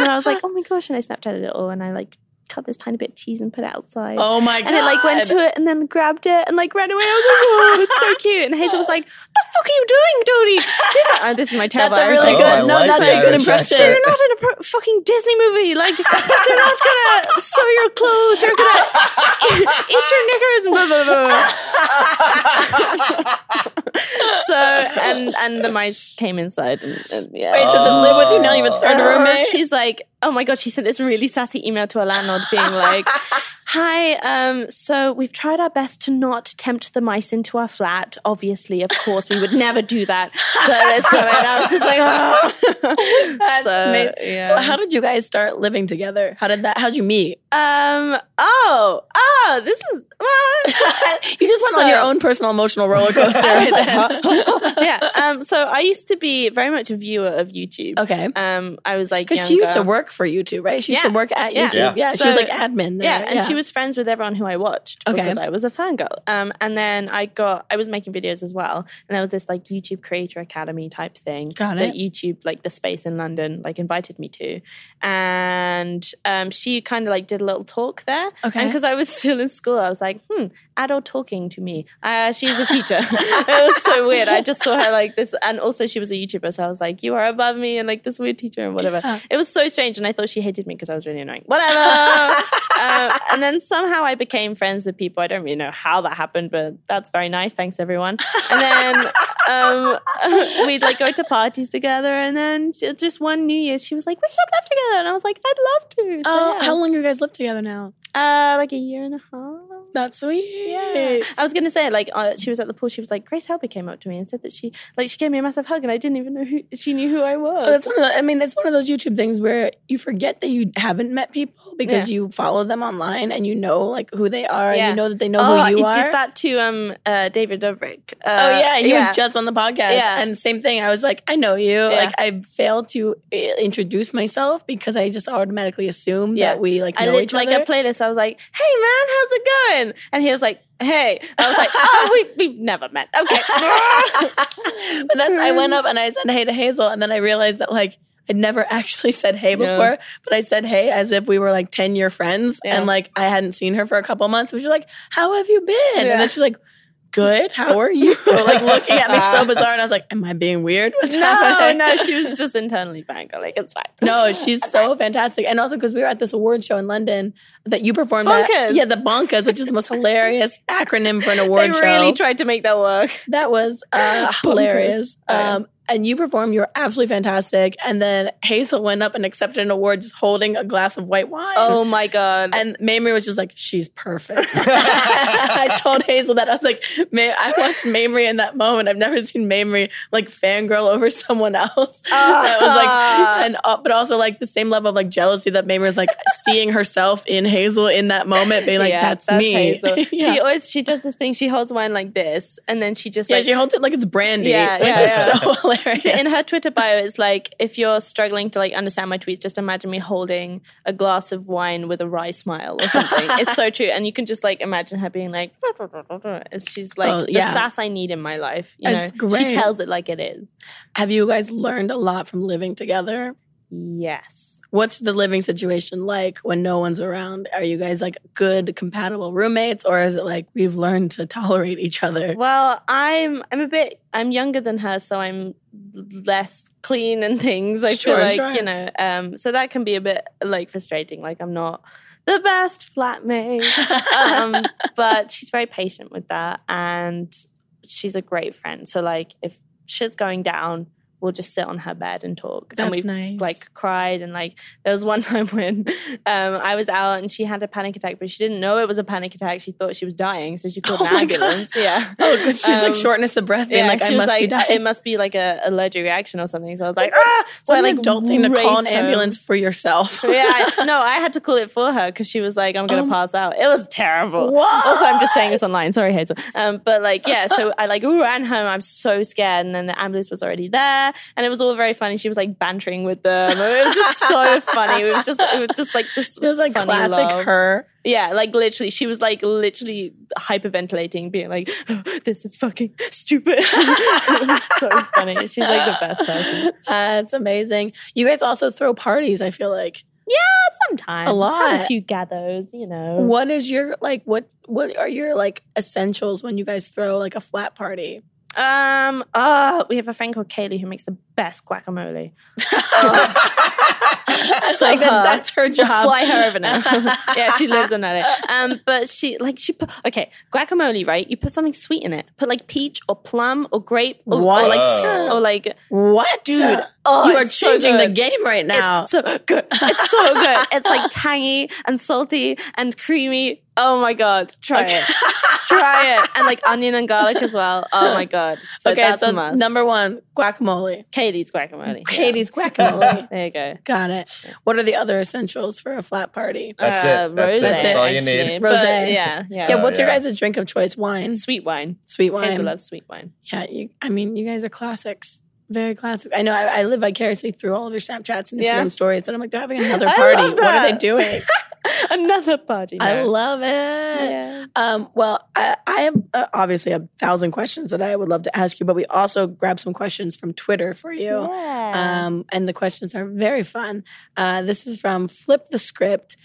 Speaker 6: then I was like, oh my gosh. And I Snapchatted it all and I like cut this tiny bit of cheese and put it outside.
Speaker 3: oh my god!
Speaker 6: And it like went to it and then grabbed it and like ran away. I
Speaker 3: *laughs*
Speaker 6: was like, oh, it's so cute. And Hazel was like, the fuck are you doing, Dodie? This, oh, this is my terrible
Speaker 3: That's a
Speaker 6: Irish
Speaker 3: really
Speaker 5: Oh,
Speaker 3: good.
Speaker 5: I
Speaker 3: no,
Speaker 5: like
Speaker 3: that's
Speaker 5: the
Speaker 3: a good
Speaker 5: Irish accent.
Speaker 3: impression.
Speaker 6: they're not in a pro- fucking Disney movie. Like they're not gonna sew your clothes. They're gonna eat, eat your knickers. and Blah blah blah. blah.
Speaker 3: *laughs*
Speaker 6: so and and the mice came inside. And, and, yeah.
Speaker 3: Wait, does it live with you now? You have a third
Speaker 6: And her-
Speaker 3: roommate.
Speaker 6: She's like, oh my god, she sent this really sassy email to her landlord being like, Hi, um, so we've tried our best to not tempt the mice into our flat. Obviously, of course, we would never do that. But let's do it. And I was just like, oh.
Speaker 3: That's
Speaker 6: So,
Speaker 3: amazing.
Speaker 6: yeah.
Speaker 3: So how did you guys start living together? How did that? How'd you
Speaker 6: *laughs*
Speaker 3: meet?
Speaker 6: Um. Oh. Oh. This is.
Speaker 3: *laughs*
Speaker 6: Well,
Speaker 3: You just went on
Speaker 6: So-
Speaker 3: your own personal emotional roller *laughs* coaster.
Speaker 6: *laughs* I
Speaker 3: right
Speaker 6: was
Speaker 3: then.
Speaker 6: like, *laughs* yeah. Um. So I used to be very much a viewer of
Speaker 3: *laughs*
Speaker 6: YouTube.
Speaker 3: okay.
Speaker 6: Um. I was like,
Speaker 3: Because she used to
Speaker 6: younger.
Speaker 3: work for YouTube, right? She used to
Speaker 6: Yeah.
Speaker 3: work at
Speaker 6: Yeah.
Speaker 3: YouTube. Yeah,
Speaker 5: Yeah.
Speaker 3: she was
Speaker 6: So-
Speaker 3: like admin. There.
Speaker 6: Yeah, and she was friends with everyone who I watched
Speaker 3: Okay.
Speaker 6: because I was a fangirl. Um, and then I got I was making videos as well, and there was this like YouTube Creator Academy type thing
Speaker 3: Got
Speaker 6: that YouTube, like the space in London, like invited me to, and um, she kind of like did a little talk there.
Speaker 3: Okay.
Speaker 6: and because I was *laughs* still in school, I was like, hmm, adult talking to me. Uh, she's a teacher. *laughs* it was so weird. I just saw her like this, and also she was a YouTuber, so I was like, you are above me, and like this weird teacher and whatever.
Speaker 3: Yeah.
Speaker 6: It was so strange, and I thought she hated me because I was really annoying.
Speaker 3: *laughs*
Speaker 6: Whatever. um, and then somehow I became friends with people. I don't really know how that happened, but that's very nice. Thanks, everyone. And then um, *laughs* we'd like go to parties together. And then j- just one New Year's, she was like, "We should live together," and I was like, "I'd love to." So,
Speaker 3: Oh,
Speaker 6: yeah.
Speaker 3: how long you guys lived together now?
Speaker 6: Uh, like a year and a half.
Speaker 3: That's sweet.
Speaker 6: Yeah. *laughs* I was gonna say like uh, she was at the pool. She was like Grace Helper came up to me and said that she like she gave me a massive hug and I didn't even know who she knew who I was.
Speaker 3: Oh, that's one of the, I mean, that's one of those YouTube things where you forget that you haven't met people because you follow them online and you know like who they are and
Speaker 6: Yeah.
Speaker 3: you know that they know who you
Speaker 6: I
Speaker 3: are.
Speaker 6: Oh, did that to um uh, David Dobrik. Uh,
Speaker 3: Oh yeah, he was just on the podcast,
Speaker 6: Yeah.
Speaker 3: and same thing. I was like, I know you. Like I failed to uh, introduce myself because I just automatically assumed
Speaker 6: Yeah.
Speaker 3: that we like
Speaker 6: I
Speaker 3: know
Speaker 6: lit
Speaker 3: each
Speaker 6: like
Speaker 3: other.
Speaker 6: I played this. I was like, "Hey man, how's it going?" And he was like, "Hey."
Speaker 3: *laughs*
Speaker 6: I was like, "Oh, we we've never met." Okay. *laughs*
Speaker 3: but that's I went up and I said hey to Hazel, and then I realized that like I'd never *laughs* actually said hey
Speaker 6: Yeah.
Speaker 3: before, but I said hey as if we were like ten year friends,
Speaker 6: Yeah.
Speaker 3: and like I hadn't seen her for a couple months. Which is like, how have you been?
Speaker 6: Yeah.
Speaker 3: And then she's like. Good. How are
Speaker 6: *laughs*
Speaker 3: you? like looking at me so bizarre, and I was like, "Am I being weird?" What's
Speaker 6: no,
Speaker 3: happening?
Speaker 6: no, she was just internally fangirl. Like it's fine.
Speaker 3: *laughs* No, she's so fantastic. And also because we were at this award show in London that you performed at.
Speaker 6: Bonkers.
Speaker 3: Yeah, the Bonkas, which is the most hilarious acronym for an
Speaker 6: *laughs* They
Speaker 3: award show.
Speaker 6: really tried to make that
Speaker 3: *laughs*
Speaker 6: work.
Speaker 3: that was
Speaker 6: *laughs*
Speaker 3: uh, hilarious.
Speaker 6: Oh, yeah.
Speaker 3: Um, and you performed, you were absolutely fantastic. And then Hazel went up and accepted an award just holding a glass of white wine.
Speaker 6: Oh my god.
Speaker 3: And Mamrie was just like, she's
Speaker 6: *laughs*
Speaker 3: perfect. I told Hazel that. I was like, May- I watched Mamrie in that moment. I've never seen Mamrie like fangirl over someone else. that was
Speaker 6: *laughs* Ah.
Speaker 3: like, and uh, but also like the same level of like jealousy that Mamrie was like seeing herself in Hazel in that moment, being like,
Speaker 6: Yeah,
Speaker 3: that's, me.
Speaker 6: Hazel.
Speaker 3: *laughs* yeah.
Speaker 6: She always she does this thing. She holds wine like this, and then she just
Speaker 3: Yeah,
Speaker 6: like
Speaker 3: she holds it like it's brandy,
Speaker 6: Yeah,
Speaker 3: which
Speaker 6: yeah,
Speaker 3: is
Speaker 6: yeah.
Speaker 3: so *laughs* hilarious.
Speaker 6: So in her Twitter bio, it's like if you're struggling to like understand my tweets, just imagine me holding a glass of wine with a wry smile or something. it's so true, and you can just like imagine her being like, It's- she's like
Speaker 3: Oh,
Speaker 6: the
Speaker 3: yeah.
Speaker 6: sass I need in my life. You
Speaker 3: It's
Speaker 6: know,
Speaker 3: great.
Speaker 6: she tells it like it is.
Speaker 3: Have you guys learned a lot from living together?
Speaker 6: Yes.
Speaker 3: what's the living situation like when no one's around? Are you guys like good compatible roommates or is it like we've learned to tolerate each other?
Speaker 6: Well, I'm I'm a bit I'm younger than her, so I'm less clean and things. I
Speaker 3: Sure,
Speaker 6: feel like
Speaker 3: sure.
Speaker 6: you know, um, so that can be a bit like frustrating. Like I'm not the best flatmate.
Speaker 3: *laughs*
Speaker 6: *laughs* um, but she's very patient with that and she's a great friend. So like if shit's going down, we'll just sit on her bed and talk.
Speaker 3: That's
Speaker 6: and we
Speaker 3: nice.
Speaker 6: like cried and like there was one *laughs* time when um, I was out and she had a panic attack, but she didn't know it was a panic attack. She thought she was dying, so she called
Speaker 3: Oh
Speaker 6: an
Speaker 3: my God.
Speaker 6: ambulance. Yeah.
Speaker 3: *laughs* Oh, because she's
Speaker 6: Um,
Speaker 3: like shortness of breath, being like,
Speaker 6: she
Speaker 3: I
Speaker 6: was
Speaker 3: must be
Speaker 6: like,
Speaker 3: dying.
Speaker 6: it must be like a allergic reaction or something. So I was like, ah! So
Speaker 3: what
Speaker 6: I
Speaker 3: an
Speaker 6: like
Speaker 3: adult thing to call an
Speaker 6: raced home.
Speaker 3: ambulance for yourself. *laughs*
Speaker 6: *laughs* yeah, I- no, I had to call it for her because she was like, "I'm gonna
Speaker 3: Oh.
Speaker 6: pass out." It was terrible.
Speaker 3: What?
Speaker 6: Also, I'm just saying this online. Sorry, Hazel. Um, but like,
Speaker 3: *laughs*
Speaker 6: yeah, so I like ran home. I'm so scared, and then the ambulance was already there, and it was all very funny. She was like bantering with them. It was just
Speaker 3: *laughs*
Speaker 6: so funny. It was just, it was just like this.
Speaker 3: It was like
Speaker 6: funny
Speaker 3: classic
Speaker 6: love.
Speaker 3: her.
Speaker 6: Yeah, like literally, she was like literally hyperventilating, being like, "Oh, "This is fucking stupid." *laughs* It was so funny. She's like the best person.
Speaker 3: That's amazing. You guys also throw parties, I feel like. *laughs* A
Speaker 6: Sometimes Have a
Speaker 3: lot.
Speaker 6: few gathers, you know.
Speaker 3: What is your like what what are your like essentials when you guys throw like a flat party?
Speaker 6: Um. Oh, we have a friend called Kaylee who makes the best guacamole.
Speaker 3: It's like that-
Speaker 6: *laughs* her.
Speaker 3: that's her
Speaker 6: Just
Speaker 3: job.
Speaker 6: fly her over *laughs* now. yeah, she lives in LA. Um, but she like she put okay guacamole right. You put something sweet in it. Put like peach or plum or grape or, or like s-
Speaker 3: What?
Speaker 6: or like
Speaker 3: What? Dude,
Speaker 6: oh,
Speaker 3: you are
Speaker 6: it's so
Speaker 3: changing the
Speaker 6: good.
Speaker 3: game right now.
Speaker 6: It's so good. It's so *laughs* good. It's like tangy and salty and creamy. Oh my god, try it. try it. And like onion and garlic as well. *laughs* Oh my god. So
Speaker 3: okay,
Speaker 6: that's
Speaker 3: so
Speaker 6: a must.
Speaker 3: number one, guacamole.
Speaker 6: Katie's guacamole.
Speaker 3: Katie's guacamole. *laughs*
Speaker 6: There you go.
Speaker 3: Got it. What are the other essentials for a flat party?
Speaker 5: That's it.
Speaker 3: Uh,
Speaker 5: That's it.
Speaker 6: Uh, rosé,
Speaker 3: That's it.
Speaker 5: all you need.
Speaker 6: actually.
Speaker 3: Rosé.
Speaker 6: But Yeah, yeah.
Speaker 3: yeah,
Speaker 5: Oh,
Speaker 3: what's your
Speaker 5: yeah.
Speaker 3: guys' drink of choice? Wine.
Speaker 6: Sweet wine.
Speaker 3: Sweet wine.
Speaker 6: Hazel loves sweet wine. *laughs*
Speaker 3: Yeah, you, I mean, you guys are classics. Very classic. I know. I, I live vicariously through all of your Snapchats and Instagram
Speaker 6: Yeah.
Speaker 3: stories, and I'm like, they're having another
Speaker 6: *laughs* I
Speaker 3: party.
Speaker 6: love
Speaker 3: What are they
Speaker 6: that.
Speaker 3: doing?
Speaker 6: Another party.
Speaker 3: I
Speaker 6: night.
Speaker 3: love it.
Speaker 6: Yeah.
Speaker 3: Um, well, I, I have uh, obviously a thousand questions that I would love to ask you, but we also grabbed some questions from Twitter for you.
Speaker 6: Yeah.
Speaker 3: Um, and the questions are very fun. Uh, this is from Flip the Script.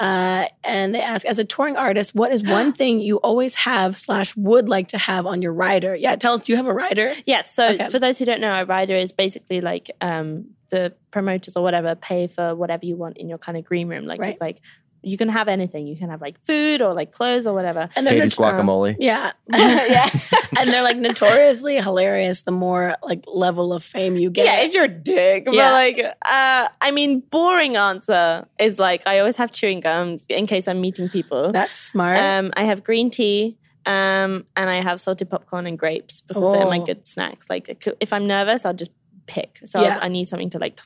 Speaker 3: Uh, and they ask, as a touring artist, what is
Speaker 6: *gasps*
Speaker 3: one thing you always have slash would like to have on your rider? Yeah, tell us, do you have a rider?
Speaker 6: Yeah, so
Speaker 3: Okay.
Speaker 6: for those who don't know, a rider is basically like um, the promoters or whatever pay for whatever you want in your kind of green room. Like
Speaker 3: Right.
Speaker 6: it's like you can have anything. You can have like food or like clothes or whatever. *laughs*
Speaker 3: And
Speaker 5: Katie's
Speaker 3: not-
Speaker 5: guacamole.
Speaker 3: *laughs* Yeah. *laughs*
Speaker 6: yeah.
Speaker 3: and they're like notoriously hilarious the more like level of fame you get.
Speaker 6: Yeah, if you're a dick.
Speaker 3: Yeah.
Speaker 6: But like, uh, I mean, boring answer is like I always have chewing gums in case I'm meeting people.
Speaker 3: That's smart.
Speaker 6: Um, I have green tea. Um, and I have salted popcorn and grapes because they're my
Speaker 3: Oh.
Speaker 6: good snacks. Like it could- if I'm nervous, I'll just pick. So
Speaker 3: Yeah.
Speaker 6: I need something to like.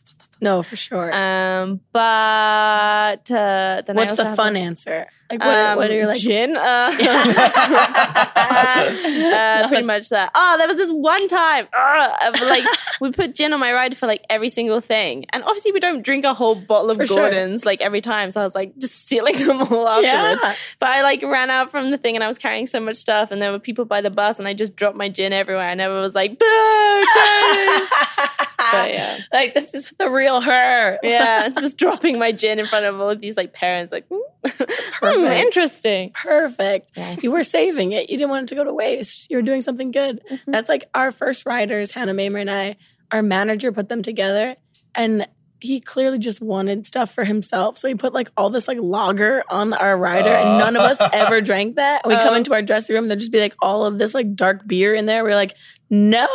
Speaker 3: no, for sure.
Speaker 6: Um, but uh, then I
Speaker 3: What's
Speaker 6: also
Speaker 3: the
Speaker 6: have
Speaker 3: fun
Speaker 6: a-
Speaker 3: answer? Like what,
Speaker 6: Um,
Speaker 3: what are you like? *laughs*
Speaker 6: gin? Uh, *laughs* uh, pretty much that. Oh, there was this one time. Uh,
Speaker 3: *laughs*
Speaker 6: of, like we put gin on my ride for like every single thing, and obviously we don't drink a whole bottle of
Speaker 3: For sure.
Speaker 6: Gordons like every time. So I was like just stealing them all afterwards.
Speaker 3: Yeah.
Speaker 6: But I like ran out from the thing, and I was carrying so much stuff, and there were people by the bus, and I just dropped my gin everywhere. I never was like boo. Gin!
Speaker 3: *laughs*
Speaker 6: but yeah.
Speaker 3: Like this is the real her.
Speaker 6: Yeah, *laughs* just dropping my gin in front of all of these like parents, like, "Hmm, hmm,
Speaker 3: Perfect.
Speaker 6: interesting.
Speaker 3: Perfect.
Speaker 6: Yeah.
Speaker 3: You were saving it. You didn't want it to go to waste. You were doing something good.
Speaker 6: Mm-hmm.
Speaker 3: That's like our first riders, Hannah Mamer and I, our manager put them together and he clearly just wanted stuff for himself. So he put like all this like lager on our rider and none of us ever drank that. And we come
Speaker 6: Oh.
Speaker 3: into our dressing room, there'd just be like all of this like dark beer in there. We're like,
Speaker 6: *laughs*
Speaker 3: no,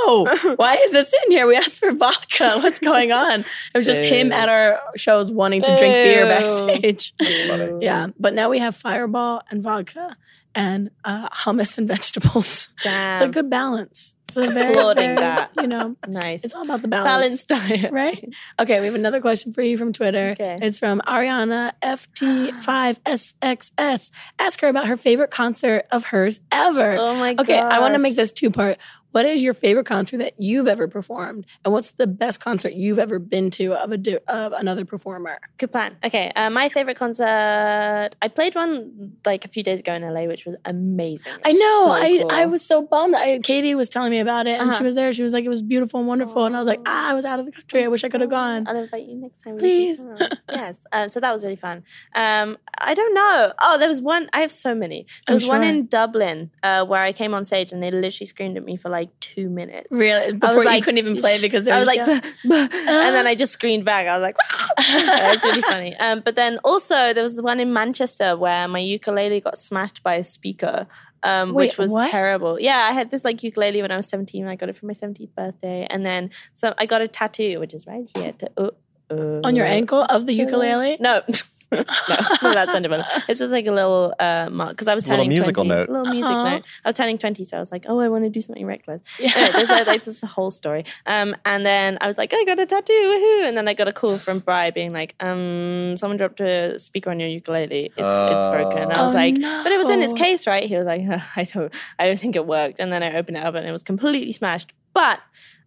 Speaker 3: why is this in here? We asked for vodka. What's going on? It was just him
Speaker 6: Ew.
Speaker 3: at our shows wanting to drink beer
Speaker 6: Ew.
Speaker 3: backstage.
Speaker 5: funny.
Speaker 6: Mm-hmm.
Speaker 3: Yeah, but now we have Fireball and vodka and uh, hummus and *laughs* vegetables. It's a
Speaker 6: Damn.
Speaker 3: good balance. It's a very,
Speaker 6: Applauding
Speaker 3: very,
Speaker 6: that.
Speaker 3: You know,
Speaker 6: nice.
Speaker 3: it's all about the balance.
Speaker 6: balanced diet.
Speaker 3: Right? Okay, we have another question for you from Twitter.
Speaker 6: Okay.
Speaker 3: It's from Ariana FT5SXS. Ask her about her favorite concert of hers ever.
Speaker 6: *laughs* Oh my god.
Speaker 3: okay, I want to make this two part. What is your favorite concert that you've ever performed? And what's the best concert you've ever been to of, a do- of another performer?
Speaker 6: good plan. Okay, uh, my favorite concert. I played one like a few days ago in LA, which was amazing. It
Speaker 3: I
Speaker 6: was
Speaker 3: know.
Speaker 6: so
Speaker 3: I,
Speaker 6: cool.
Speaker 3: I was so bummed. I, Katie was telling me about it, and she
Speaker 6: Uh-huh.
Speaker 3: was there. She was like, "It was beautiful and wonderful," and I was like, "Ah, I was out of the country. I wish I could have gone."
Speaker 6: I'll invite you next time.
Speaker 3: Please.
Speaker 6: you
Speaker 3: *laughs*
Speaker 6: can come. yes. Um, so that was really fun. Um, I don't know. Oh, there was one. I have so many. There
Speaker 3: I'm
Speaker 6: was one
Speaker 3: sure.
Speaker 6: in Dublin uh, where I came on stage and they literally screamed at me for like like two minutes.
Speaker 3: Really?
Speaker 6: I was
Speaker 3: Before you
Speaker 6: like,
Speaker 3: couldn't even play
Speaker 6: sh-
Speaker 3: because there
Speaker 6: I was like,
Speaker 3: yeah.
Speaker 6: *laughs* "Buh, buh," and
Speaker 3: uh.
Speaker 6: then I just screamed back. I was like,
Speaker 3: *laughs*
Speaker 6: it's really funny. Um, but then also there was one in Manchester where my ukulele got smashed by a speaker. Um,
Speaker 3: Wait,
Speaker 6: which was
Speaker 3: what?
Speaker 6: terrible. Yeah, I had this like ukulele when I was 17. I got it for my 17th birthday, and then so I got a tattoo, which is right here. To, uh, uh,
Speaker 3: *laughs* on your ankle of the ukulele.
Speaker 6: No. *laughs* no, no, that's understandable. It's just like a little uh, mark because I was
Speaker 5: Little
Speaker 6: turning
Speaker 5: musical
Speaker 6: 20,
Speaker 5: note.
Speaker 6: Little music
Speaker 3: Aw.
Speaker 6: note. I was turning twenty, so I was like, "Oh, I want to do something reckless."
Speaker 3: Yeah.
Speaker 6: Anyway, there's
Speaker 3: *laughs*
Speaker 6: like, like this whole story. Um, and then I was like, "I got a tattoo, woohoo!" And then I got a call from Bri being like, "Um, someone dropped a speaker on your ukulele. It's it's broken." And I was
Speaker 3: Oh,
Speaker 6: like, "But it was in its
Speaker 3: no.
Speaker 6: case, right?" He was like, "I don't, I don't think it worked." And then I opened it up, and it was completely smashed. But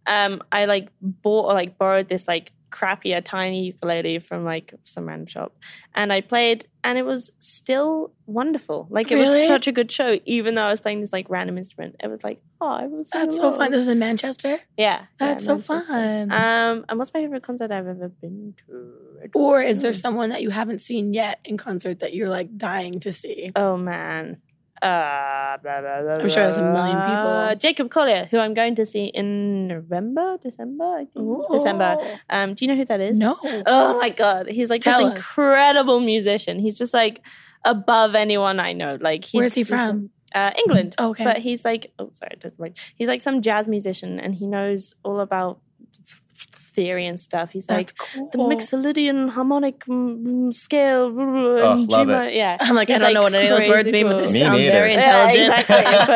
Speaker 6: um, I like bought or like borrowed this like crappier tiny ukulele from like some random shop and I played and it was still wonderful. Like it
Speaker 3: Really?
Speaker 6: was such a good show, even though I was playing this like random instrument. It was like, oh, I was
Speaker 3: That's so fun. This is in Manchester.
Speaker 6: Yeah.
Speaker 3: That's
Speaker 6: yeah,
Speaker 3: so
Speaker 6: Manchester.
Speaker 3: fun.
Speaker 6: Um, and what's my favorite concert I've ever been to? I don't
Speaker 3: or is there
Speaker 6: know.
Speaker 3: someone that you haven't seen yet in concert that you're like dying to see?
Speaker 6: Oh man. Uh, blah, blah, blah,
Speaker 3: I'm sure there's a million people.
Speaker 6: blah. Jacob Collier, who I'm going to see in November, December, I think. December. Um, do you know who that is?
Speaker 3: No.
Speaker 6: Oh my god, he's like
Speaker 3: Tell
Speaker 6: this
Speaker 3: us.
Speaker 6: incredible musician. He's just like above anyone I know. Like he's
Speaker 3: Where's he
Speaker 6: just-
Speaker 3: from?
Speaker 6: Uh, England.
Speaker 3: Okay.
Speaker 6: But he's like, oh sorry, I did like he's like some jazz musician, and he knows all about f- f- theory and stuff. He's
Speaker 3: That's
Speaker 6: like
Speaker 3: cool.
Speaker 6: the mixolydian harmonic mm, mm, scale.
Speaker 5: Oh,
Speaker 6: Oh,
Speaker 5: love
Speaker 6: Yeah.
Speaker 3: I'm like, I
Speaker 6: He's,
Speaker 3: don't know
Speaker 6: like,
Speaker 3: what any of those words
Speaker 6: crazy
Speaker 3: mean, but they
Speaker 6: cool.
Speaker 5: Me
Speaker 3: sound very
Speaker 5: neither.
Speaker 6: Yeah,
Speaker 3: intelligent. *laughs*
Speaker 6: exactly.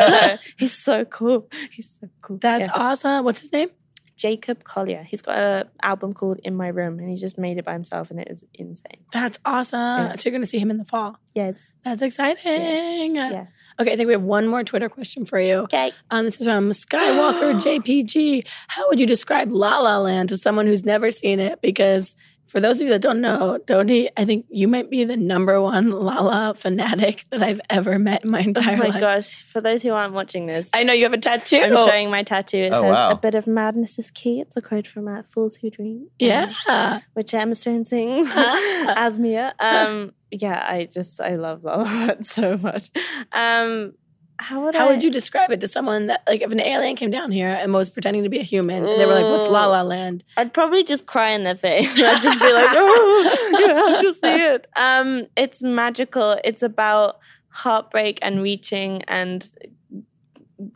Speaker 5: *laughs*
Speaker 6: But, uh, he's so cool. He's so cool.
Speaker 3: That's
Speaker 6: Yeah.
Speaker 3: awesome. What's his name?
Speaker 6: Jacob Collier. He's got an album called In My Room, and he just made it by himself, and it is insane.
Speaker 3: That's awesome. So you're going to see him in the fall.
Speaker 6: Yes.
Speaker 3: That's exciting.
Speaker 6: Yeah.
Speaker 3: Okay, I think we have one more Twitter question for you.
Speaker 6: *laughs* Okay.
Speaker 3: Um, this is from Skywalker
Speaker 6: *gasps*
Speaker 3: JPG. How would you describe La La Land to someone who's never seen it? Because for those of you that don't know, Dodi, I think you might be the number one La La fanatic that I've ever met in my entire
Speaker 6: Oh my
Speaker 3: life.
Speaker 6: gosh! For those who aren't watching this,
Speaker 3: I know you have a tattoo.
Speaker 6: I'm showing my tattoo. It
Speaker 5: Oh,
Speaker 6: says,
Speaker 5: wow.
Speaker 6: "A bit of madness is key." It's a quote from uh, "Fools Who Dream."
Speaker 3: Yeah.
Speaker 6: um, which Emma Stone *laughs* sings as Mia. Um, yeah, I just I love La La Land *laughs* so much. Um, how would
Speaker 3: How
Speaker 6: I,
Speaker 3: would you describe it to someone that, like, if an alien came down here and was pretending to be a human and they were like, what's La La Land?
Speaker 6: I'd probably just cry in their face. *laughs* I'd just be like, oh, you have to see it. Um, it's magical. It's about heartbreak and reaching and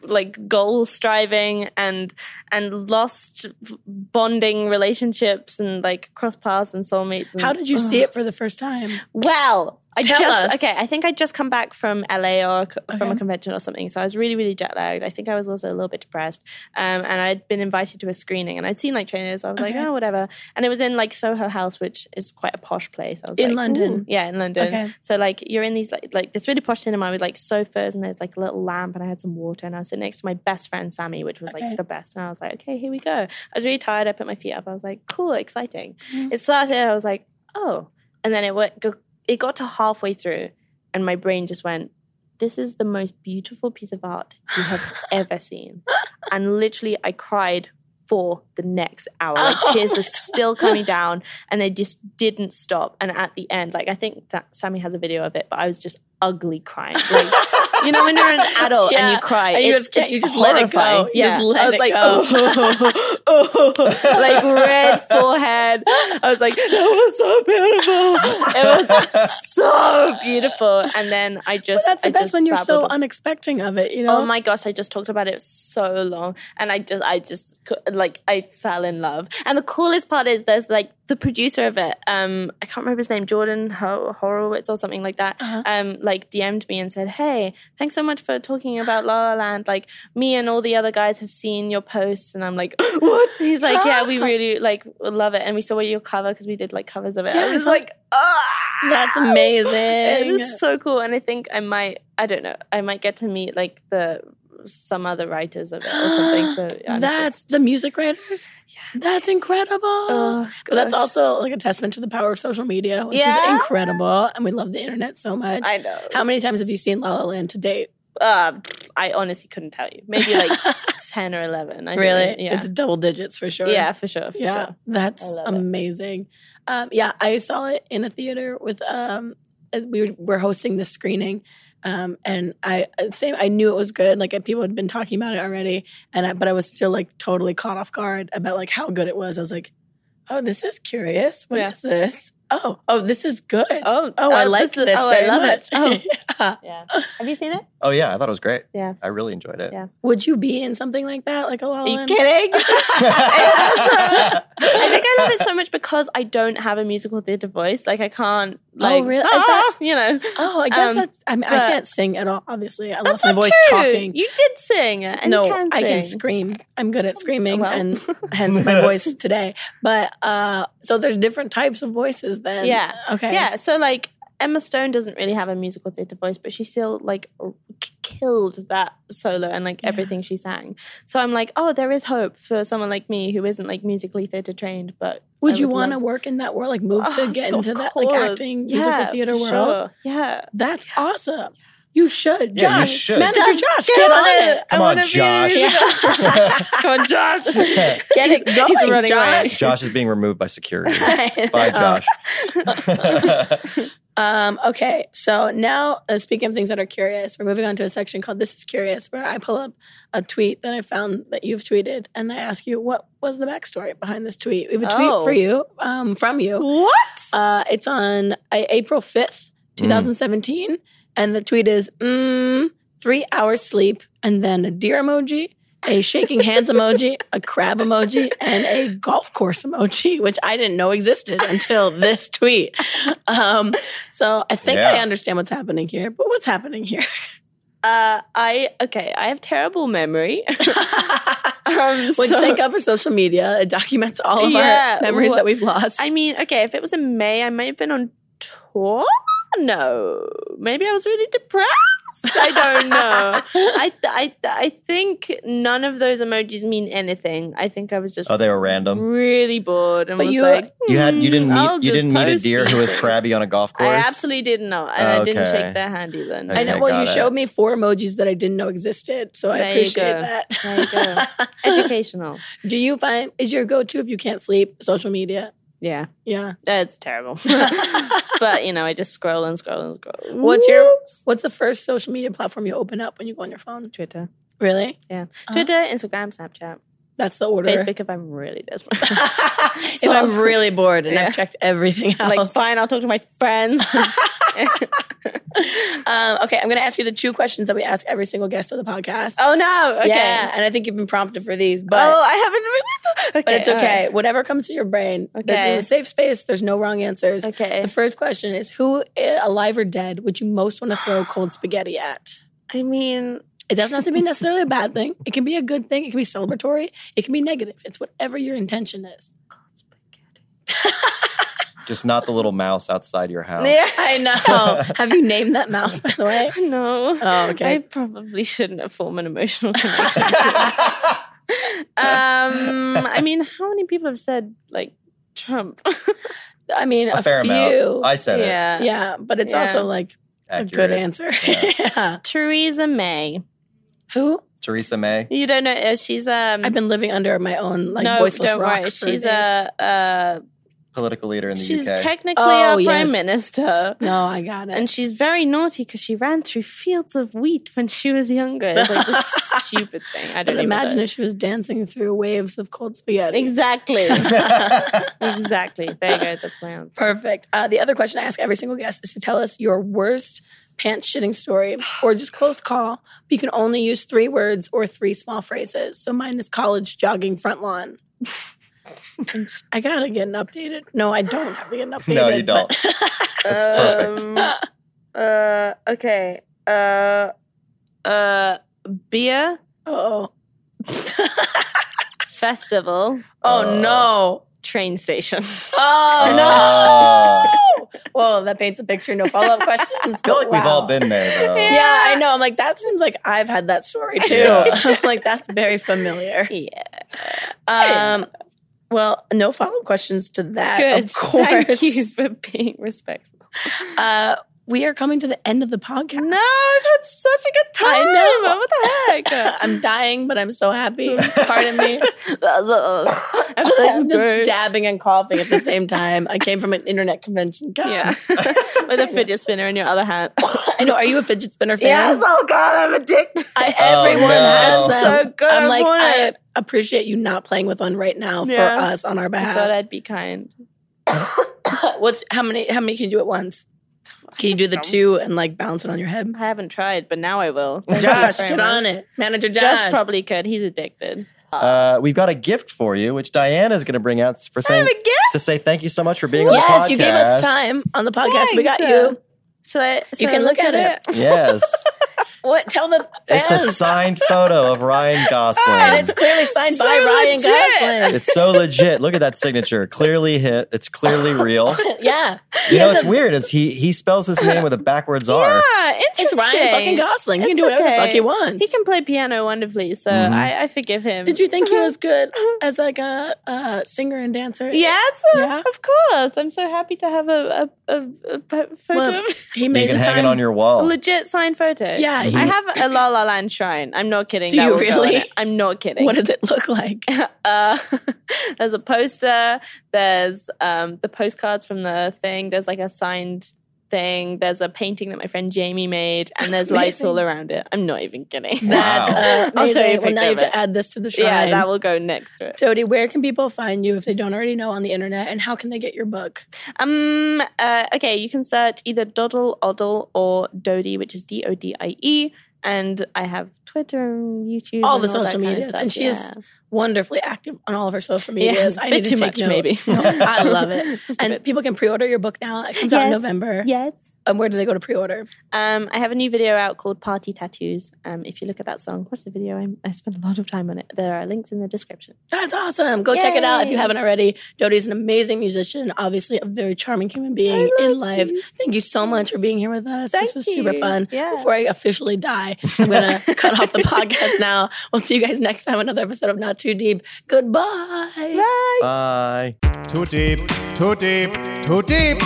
Speaker 6: like goal striving and and lost bonding relationships and like cross paths and soulmates. And,
Speaker 3: How did you
Speaker 6: Uh-huh.
Speaker 3: see it for the first time?
Speaker 6: Well, I
Speaker 3: Tell
Speaker 6: just
Speaker 3: us.
Speaker 6: okay. I think I just come back from LA or c- from
Speaker 3: Okay.
Speaker 6: a convention or something, so I was really really jet lagged. I think I was also a little bit depressed, um, and I'd been invited to a screening, and I'd seen like trailers. I was like,
Speaker 3: Okay.
Speaker 6: oh, whatever. And it was in like Soho House, which is quite a posh place. I was
Speaker 3: In
Speaker 6: like,
Speaker 3: London?
Speaker 6: ooh. yeah, in London.
Speaker 3: Okay.
Speaker 6: So like you're in these like like this really posh cinema with like sofas and there's like a little lamp and I had some water and I was sitting next to my best friend Sammy, which was
Speaker 3: Okay.
Speaker 6: like the best. And I was like, okay, here we go. I was really tired. I put my feet up. I was like, cool, exciting.
Speaker 3: Mm-hmm.
Speaker 6: It started. I was like, oh, and then it went. Go, it got to halfway through, and my brain just went. This is the most beautiful piece of art you have
Speaker 3: *laughs*
Speaker 6: ever seen. And literally, I cried for the next hour. Like,
Speaker 3: Oh
Speaker 6: tears
Speaker 3: my
Speaker 6: were still coming down, and they just didn't stop. And at the end, like I think that Sammy has a video of it, but I was just ugly crying. *laughs* Like, you know, when you're an adult and
Speaker 3: Yeah.
Speaker 6: you cry,
Speaker 3: And you
Speaker 6: it's-
Speaker 3: just can't-
Speaker 6: it's
Speaker 3: you just let it go.
Speaker 6: horrifying.
Speaker 3: You just let
Speaker 6: I was
Speaker 3: it
Speaker 6: like,
Speaker 3: go.
Speaker 6: oh, oh, oh, like red forehead. I was like, that was so beautiful. It was so beautiful. And then I
Speaker 3: *laughs*
Speaker 6: just,
Speaker 3: That's the
Speaker 6: I
Speaker 3: best
Speaker 6: just
Speaker 3: when you're so
Speaker 6: babbled.
Speaker 3: unexpecting of it, you know?
Speaker 6: Oh my gosh, I just talked about it so long and I just I just cou- like I fell in love. And the coolest part is there's like the producer of it. Um I can't remember his name, Jordan Ho- Horowitz or something like that.
Speaker 3: Uh-huh.
Speaker 6: Um like DM'd me and said, "Hey, thanks so much for talking about La La Land. Like me and all the other guys have seen your posts." And I'm like, *gasps* "What?" He's like, "Yeah,
Speaker 3: *gasps*
Speaker 6: we really like love it and we saw your cover because we did like covers of it." I was like, "Ah!" *laughs*
Speaker 3: That's
Speaker 6: It
Speaker 3: amazing.
Speaker 6: is so cool, and I think I might. I don't know. I might get to meet like the some other writers of it or something.
Speaker 3: *gasps*
Speaker 6: So I'm
Speaker 3: that's
Speaker 6: just, Oh,
Speaker 3: the music writers. That's incredible. but that's
Speaker 6: gosh.
Speaker 3: also like a testament to the power of social media, which is
Speaker 6: Yeah.
Speaker 3: incredible. And we love the internet so much.
Speaker 6: I know.
Speaker 3: How many times have you seen La La Land to date?
Speaker 6: Uh, I honestly couldn't tell you.
Speaker 3: *laughs*
Speaker 6: Maybe like ten or eleven. I don't know. Yeah.
Speaker 3: It's double digits for sure.
Speaker 6: yeah, for sure. For
Speaker 3: yeah,
Speaker 6: sure.
Speaker 3: that's
Speaker 6: I love it.
Speaker 3: amazing. Um, yeah, I saw it in a theater with um, uh, we were, were hosting this screening Um, and I same I knew it was good. Like uh, people had been talking about it already, and I, but I was still like totally caught off guard about like how good it was. I was like, oh, this is curious. What is
Speaker 6: Yeah.
Speaker 3: this? Oh, oh, this is good.
Speaker 6: Oh,
Speaker 3: oh, I
Speaker 6: oh,
Speaker 3: like
Speaker 6: this is-
Speaker 3: this.
Speaker 6: oh, I
Speaker 3: very
Speaker 6: love
Speaker 3: much.
Speaker 6: it. Oh.
Speaker 3: *laughs* Yeah.
Speaker 6: Yeah. Have you seen it?
Speaker 5: Oh yeah, I thought it was great.
Speaker 6: Yeah.
Speaker 5: I really enjoyed it.
Speaker 6: Yeah. *laughs*
Speaker 3: Would you be in something like that, like a La La
Speaker 6: Are you
Speaker 3: Land? *laughs*
Speaker 6: kidding? I think I love it so much because I don't have a musical theater voice. Like I can't. Like,
Speaker 3: Oh, really? Is
Speaker 6: "Ah,"
Speaker 3: that-
Speaker 6: you know?
Speaker 3: Oh, I guess
Speaker 6: Um,
Speaker 3: that's. I mean, I
Speaker 6: but-
Speaker 3: can't sing at all. Obviously, I
Speaker 6: That's
Speaker 3: lost my
Speaker 6: not
Speaker 3: voice
Speaker 6: true.
Speaker 3: talking.
Speaker 6: You did sing. And
Speaker 3: no,
Speaker 6: you can
Speaker 3: I can
Speaker 6: sing.
Speaker 3: scream. I'm good at screaming,
Speaker 6: Well. *laughs*
Speaker 3: and hence my voice today. But uh, so there's different types of voices. Then,
Speaker 6: Yeah.
Speaker 3: okay,
Speaker 6: Yeah. So like Emma Stone doesn't really have a musical theater voice, but she still like r- k- killed that solo and like everything she sang. So I'm like, oh, there is hope for someone like me who isn't like musically theater trained, but
Speaker 3: Would
Speaker 6: I
Speaker 3: you
Speaker 6: would
Speaker 3: want to
Speaker 6: love-
Speaker 3: work in that world? Like, move
Speaker 6: Oh,
Speaker 3: to get
Speaker 6: of
Speaker 3: into that like
Speaker 6: course.
Speaker 3: acting,
Speaker 6: Yeah,
Speaker 3: musical
Speaker 6: for
Speaker 3: theater world?
Speaker 6: sure. Yeah.
Speaker 3: That's awesome. You should, Josh.
Speaker 5: Yeah, you should.
Speaker 3: Manager
Speaker 6: Josh,
Speaker 3: Josh, get on it.
Speaker 5: Come
Speaker 6: I
Speaker 5: on,
Speaker 6: wanna be-
Speaker 5: Josh.
Speaker 6: Come on, *laughs* Josh.
Speaker 3: Get it going,
Speaker 6: He's running away.
Speaker 3: Josh.
Speaker 5: *laughs* Josh is being removed by security. Bye,
Speaker 6: *laughs* Oh.
Speaker 3: Um,
Speaker 5: Josh.
Speaker 3: Um, okay, so now uh, speaking of things that are curious, we're moving on to a section called "This is Curious," where I pull up a tweet that I found that you've tweeted, and I ask you what was the backstory behind this tweet. We have a tweet
Speaker 6: Oh.
Speaker 3: for you um, from you.
Speaker 6: What?
Speaker 3: Uh, it's on uh, April fifth,
Speaker 6: Mm.
Speaker 3: two thousand seventeen, and the tweet is mm, three hours sleep, and then a deer emoji. A shaking hands emoji, *laughs* a crab emoji, and a golf course emoji, *laughs* which I didn't know existed until this tweet. Um, so I think I
Speaker 5: Yeah.
Speaker 3: understand what's happening here, but what's happening
Speaker 6: *laughs*
Speaker 3: here?
Speaker 6: Uh, I okay. I have terrible memory. *laughs* um,
Speaker 3: Which
Speaker 6: so-
Speaker 3: thank God for social media. It documents all of
Speaker 6: Yeah,
Speaker 3: our memories
Speaker 6: wha-
Speaker 3: that we've lost.
Speaker 6: I mean, okay, if it was in May, I might have been on tour. No, maybe I was really depressed. I
Speaker 5: *laughs*
Speaker 6: don't know. I, I, I think none of those emojis mean anything. I think I was just
Speaker 5: Oh, they were random.
Speaker 6: really bored and
Speaker 3: But
Speaker 6: was
Speaker 3: you-
Speaker 6: like,
Speaker 5: You had you
Speaker 6: "Hmm,
Speaker 5: didn't meet
Speaker 6: I'll
Speaker 5: you
Speaker 6: just
Speaker 5: didn't meet a
Speaker 6: post
Speaker 5: deer who
Speaker 6: these
Speaker 5: was
Speaker 6: things."
Speaker 5: crabby on a golf course.
Speaker 6: I absolutely did not, and I didn't
Speaker 5: Okay.
Speaker 6: shake their hand either. no.
Speaker 5: Okay,
Speaker 3: I know. Well, you
Speaker 5: got it.
Speaker 3: showed me four emojis that I didn't know existed, so I
Speaker 6: There you
Speaker 3: appreciate
Speaker 6: go.
Speaker 3: that.
Speaker 6: There you
Speaker 5: *laughs*
Speaker 6: go. Educational.
Speaker 3: Do you find is your go-to if you can't sleep social media?
Speaker 6: Yeah,
Speaker 3: Yeah.
Speaker 5: *laughs*
Speaker 6: it's terrible. but you know, I just scroll and scroll and scroll.
Speaker 3: What's your What's the first social media platform you open up when you go on your phone?
Speaker 6: Twitter?
Speaker 3: Really?
Speaker 5: Uh.
Speaker 6: Yeah,
Speaker 3: Uh-huh.
Speaker 6: Twitter, Instagram, Snapchat.
Speaker 3: That's the order.
Speaker 6: Facebook if I'm really *laughs* desperate.
Speaker 3: if I'm really bored and I've checked *laughs* everything else,
Speaker 6: like, fine, I'll talk to my friends.
Speaker 3: Um, okay, I'm going to ask you the two questions that we ask every single guest of the podcast.
Speaker 6: *laughs* oh no. Okay.
Speaker 3: Yeah, and I think you've been prompted for these, but
Speaker 6: oh, I haven't really thought. Okay,
Speaker 3: but it's
Speaker 6: all right.
Speaker 3: okay. Whatever comes to your brain.
Speaker 6: Okay.
Speaker 3: This is a safe space. There's no wrong answers.
Speaker 6: Okay.
Speaker 3: The first question is who, eh, alive or dead, would you most want to throw cold spaghetti at?
Speaker 6: I mean,
Speaker 3: It doesn't have to be necessarily a bad thing. It can be a good thing. It can be celebratory. It can be negative. It's whatever your intention is.
Speaker 5: Just not the little mouse outside your house.
Speaker 6: Yeah.
Speaker 3: I know. have you named that mouse, by the way?
Speaker 6: no.
Speaker 3: Oh, okay.
Speaker 6: I probably shouldn't have formed an *laughs* emotional connection. to it. um, I mean, how many people have said like Trump?
Speaker 3: I mean, a,
Speaker 5: A fair
Speaker 3: few.
Speaker 5: amount. *laughs* I said it.
Speaker 6: yeah.
Speaker 3: yeah, but it's
Speaker 6: Yeah.
Speaker 3: also like a
Speaker 5: Accurate.
Speaker 3: good answer.
Speaker 5: Yeah.
Speaker 3: *laughs* yeah.
Speaker 6: Theresa May.
Speaker 3: Who?
Speaker 5: Theresa May.
Speaker 6: You don't know. uh, She's um.
Speaker 3: I've been living under my own like
Speaker 6: no,
Speaker 3: voiceless
Speaker 6: don't
Speaker 3: rock.
Speaker 6: worry.
Speaker 3: for days.
Speaker 6: She's a. Uh,
Speaker 5: political leader in the
Speaker 6: she's
Speaker 5: UK. *laughs*
Speaker 6: technically
Speaker 3: Oh,
Speaker 6: our
Speaker 3: yes.
Speaker 6: prime minister.
Speaker 3: No, I got it.
Speaker 6: And she's very naughty because she ran through fields of wheat when she was younger. It's like this *laughs* stupid thing. I
Speaker 3: But
Speaker 6: don't even
Speaker 3: imagine
Speaker 6: know.
Speaker 3: if she was dancing through waves of cold spaghetti.
Speaker 6: Exactly. *laughs* exactly. There you go. That's my answer.
Speaker 3: Perfect. Uh, the other question I ask every single guest is to tell us your worst pants shitting story or just close call. You can only use three words or three small phrases. So mine is college jogging front lawn. *laughs* I gotta get an updated. No, I don't have to get an
Speaker 5: *laughs*
Speaker 3: updated.
Speaker 5: No, you
Speaker 3: but-
Speaker 5: don't.
Speaker 3: *laughs*
Speaker 5: That's perfect.
Speaker 6: Um, uh, okay. Uh, uh, beer
Speaker 3: Oh,
Speaker 6: festival.
Speaker 3: *laughs* oh
Speaker 5: Uh,
Speaker 3: no!
Speaker 6: Train station.
Speaker 3: Oh
Speaker 5: Ah.
Speaker 3: no! Whoa, that paints a picture. No follow up questions.
Speaker 5: I feel like we've all
Speaker 3: Wow.
Speaker 5: been there though.
Speaker 3: Yeah, I know. I'm like that seems like I've had that story
Speaker 5: *laughs*
Speaker 3: too. *laughs*
Speaker 5: Yeah.
Speaker 3: I'm like that's very familiar.
Speaker 6: *laughs* Yeah.
Speaker 3: Um, well, no
Speaker 6: Uh, *laughs*
Speaker 3: follow up questions to that.
Speaker 6: Good.
Speaker 3: Of course.
Speaker 6: Thank you for being respectful.
Speaker 3: Uh, we are coming to the end of the podcast.
Speaker 6: No, I've had such a good time.
Speaker 3: I know.
Speaker 6: What the heck? *laughs*
Speaker 3: I'm dying, but I'm so happy. Pardon me.
Speaker 6: *laughs*
Speaker 3: I'm
Speaker 6: Everything's
Speaker 3: just
Speaker 6: great.
Speaker 3: dabbing and coughing at the same time. I came from an internet convention. God.
Speaker 6: Yeah. *laughs* With a fidget spinner in your
Speaker 3: *coughs*
Speaker 6: other hand.
Speaker 3: *laughs* I know. Are you a fidget spinner fan?
Speaker 6: Oh God, I'm addicted.
Speaker 3: I,
Speaker 5: Oh,
Speaker 3: everyone
Speaker 5: no.
Speaker 3: has
Speaker 6: That's
Speaker 3: them.
Speaker 6: so good. I
Speaker 3: I'm like,
Speaker 6: want
Speaker 3: I
Speaker 6: it.
Speaker 3: appreciate you not playing with one right now for
Speaker 6: Yeah.
Speaker 3: us on our
Speaker 6: I thought
Speaker 3: behalf.
Speaker 6: I'd be kind.
Speaker 3: What's how many? How many can you do at once? Can you do the two and like bounce it on your head?
Speaker 6: I haven't tried, but now I will.
Speaker 3: Josh, get on it, manager Josh.
Speaker 6: Josh probably could. He's addicted.
Speaker 5: Uh, we've got a gift for you, which Diana's going to bring out for saying
Speaker 6: a gift?
Speaker 5: to say thank you so much for being on the podcast.
Speaker 3: Yes, you gave us time on the podcast. we got
Speaker 6: Thanks. uh,
Speaker 3: you.
Speaker 6: Should I? should I
Speaker 3: can look at *laughs*
Speaker 5: Yes,
Speaker 3: What? Tell the
Speaker 5: it's
Speaker 3: fans.
Speaker 5: a signed photo of
Speaker 3: *laughs*
Speaker 5: Ryan
Speaker 3: Ah,
Speaker 5: Gosling.
Speaker 3: and it's clearly signed
Speaker 6: So
Speaker 3: by Ryan
Speaker 6: legit.
Speaker 3: Gosling. *laughs*
Speaker 5: It's so legit. Look at that signature. Clearly hit. It's
Speaker 3: *laughs*
Speaker 5: clearly real.
Speaker 3: yeah,
Speaker 5: You know
Speaker 3: has
Speaker 5: what's
Speaker 3: a-
Speaker 5: weird is he he spells his name with a
Speaker 3: *laughs*
Speaker 5: backwards R.
Speaker 6: Yeah, Ah, interesting.
Speaker 3: it's Ryan fucking Gosling. He can
Speaker 6: It's
Speaker 3: do whatever
Speaker 6: okay.
Speaker 3: the fuck he wants.
Speaker 6: He can play piano wonderfully, so
Speaker 3: Mm-hmm.
Speaker 6: I, I forgive him.
Speaker 3: Did you think he
Speaker 6: Uh-huh.
Speaker 3: was good as like a, a singer and dancer?
Speaker 6: Yes, uh,
Speaker 3: Yeah.
Speaker 6: of course. I'm so happy to have a a, a, a p- photo,
Speaker 3: Well,
Speaker 6: of-
Speaker 3: he
Speaker 5: You
Speaker 3: made
Speaker 5: can
Speaker 3: the
Speaker 5: hang
Speaker 3: time.
Speaker 5: it on your
Speaker 6: a
Speaker 5: wall.
Speaker 6: *laughs* legit signed photo.
Speaker 3: Yeah,
Speaker 6: I
Speaker 3: you-
Speaker 6: have a La La Land shrine. I'm not kidding.
Speaker 3: Do
Speaker 6: That
Speaker 3: you
Speaker 6: will go on
Speaker 3: really?
Speaker 6: it. I'm not kidding.
Speaker 3: what does it look
Speaker 6: *laughs*
Speaker 3: like?
Speaker 6: uh, there's a poster. There's um, the postcards from the thing. There's like a signed thing. There's a painting that my friend Jamie made, and
Speaker 3: That's
Speaker 6: there's lights all
Speaker 3: amazing.
Speaker 6: around it. I'm not even kidding.
Speaker 3: That's uh,
Speaker 6: I'll show you a
Speaker 3: amazing. Well, now you have
Speaker 6: picture of
Speaker 3: to add this to the shrine.
Speaker 6: yeah, that will go next to it.
Speaker 3: Jody, where can people find you if they don't already know on the internet, and how can they get your book?
Speaker 6: Um. Uh, okay, you can search either Doddle Oddle or Dodie, which is D O D I E. And I have Twitter and YouTube,
Speaker 3: All
Speaker 6: and
Speaker 3: the
Speaker 6: that
Speaker 3: social
Speaker 6: kind of
Speaker 3: medias,
Speaker 6: stuff,
Speaker 3: and she is
Speaker 6: yeah.
Speaker 3: Wonderfully active on all of her social
Speaker 6: *laughs*
Speaker 3: medias.
Speaker 6: Yeah,
Speaker 3: I
Speaker 6: a
Speaker 3: need
Speaker 6: bit
Speaker 3: to
Speaker 6: too
Speaker 3: take
Speaker 6: much,
Speaker 3: note.
Speaker 6: maybe.
Speaker 3: *laughs* I love it.
Speaker 6: *laughs* Just a
Speaker 3: and
Speaker 6: bit.
Speaker 3: people can pre-order your book now. It comes out in
Speaker 6: Yes.
Speaker 3: November.
Speaker 6: yes.
Speaker 3: And where do they go to pre-order?
Speaker 6: Um, I have a new video out called Party Tattoos. Um, if you look at that song, what's the video? I'm, I spent a lot of time on it. There are links in the description.
Speaker 3: That's awesome. Go check it out if you
Speaker 6: Yay.
Speaker 3: haven't already. Jody's an amazing musician, obviously a very charming human being in life. Thank you so much for being here with us. this
Speaker 6: Thank
Speaker 3: was super
Speaker 6: you.
Speaker 3: fun.
Speaker 6: Yeah.
Speaker 3: Before I officially die, I'm going
Speaker 6: *laughs*
Speaker 3: to cut off the podcast now. We'll see you guys next time on another episode of Not Too Deep. Goodbye.
Speaker 5: Bye.
Speaker 7: Too deep, too deep, too deep,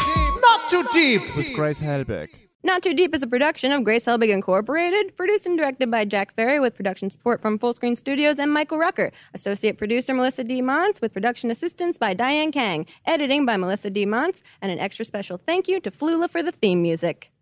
Speaker 7: not too deep with Grace Helbig.
Speaker 4: Not Too Deep is a production of Grace Helbig Incorporated, produced and directed by Jack Ferry with production support from Full Screen Studios and Michael Rucker, associate producer Melissa D. Monts with production assistance by Diane Kang, editing by Melissa D. Monts, and an extra special thank you to Flula for the theme music.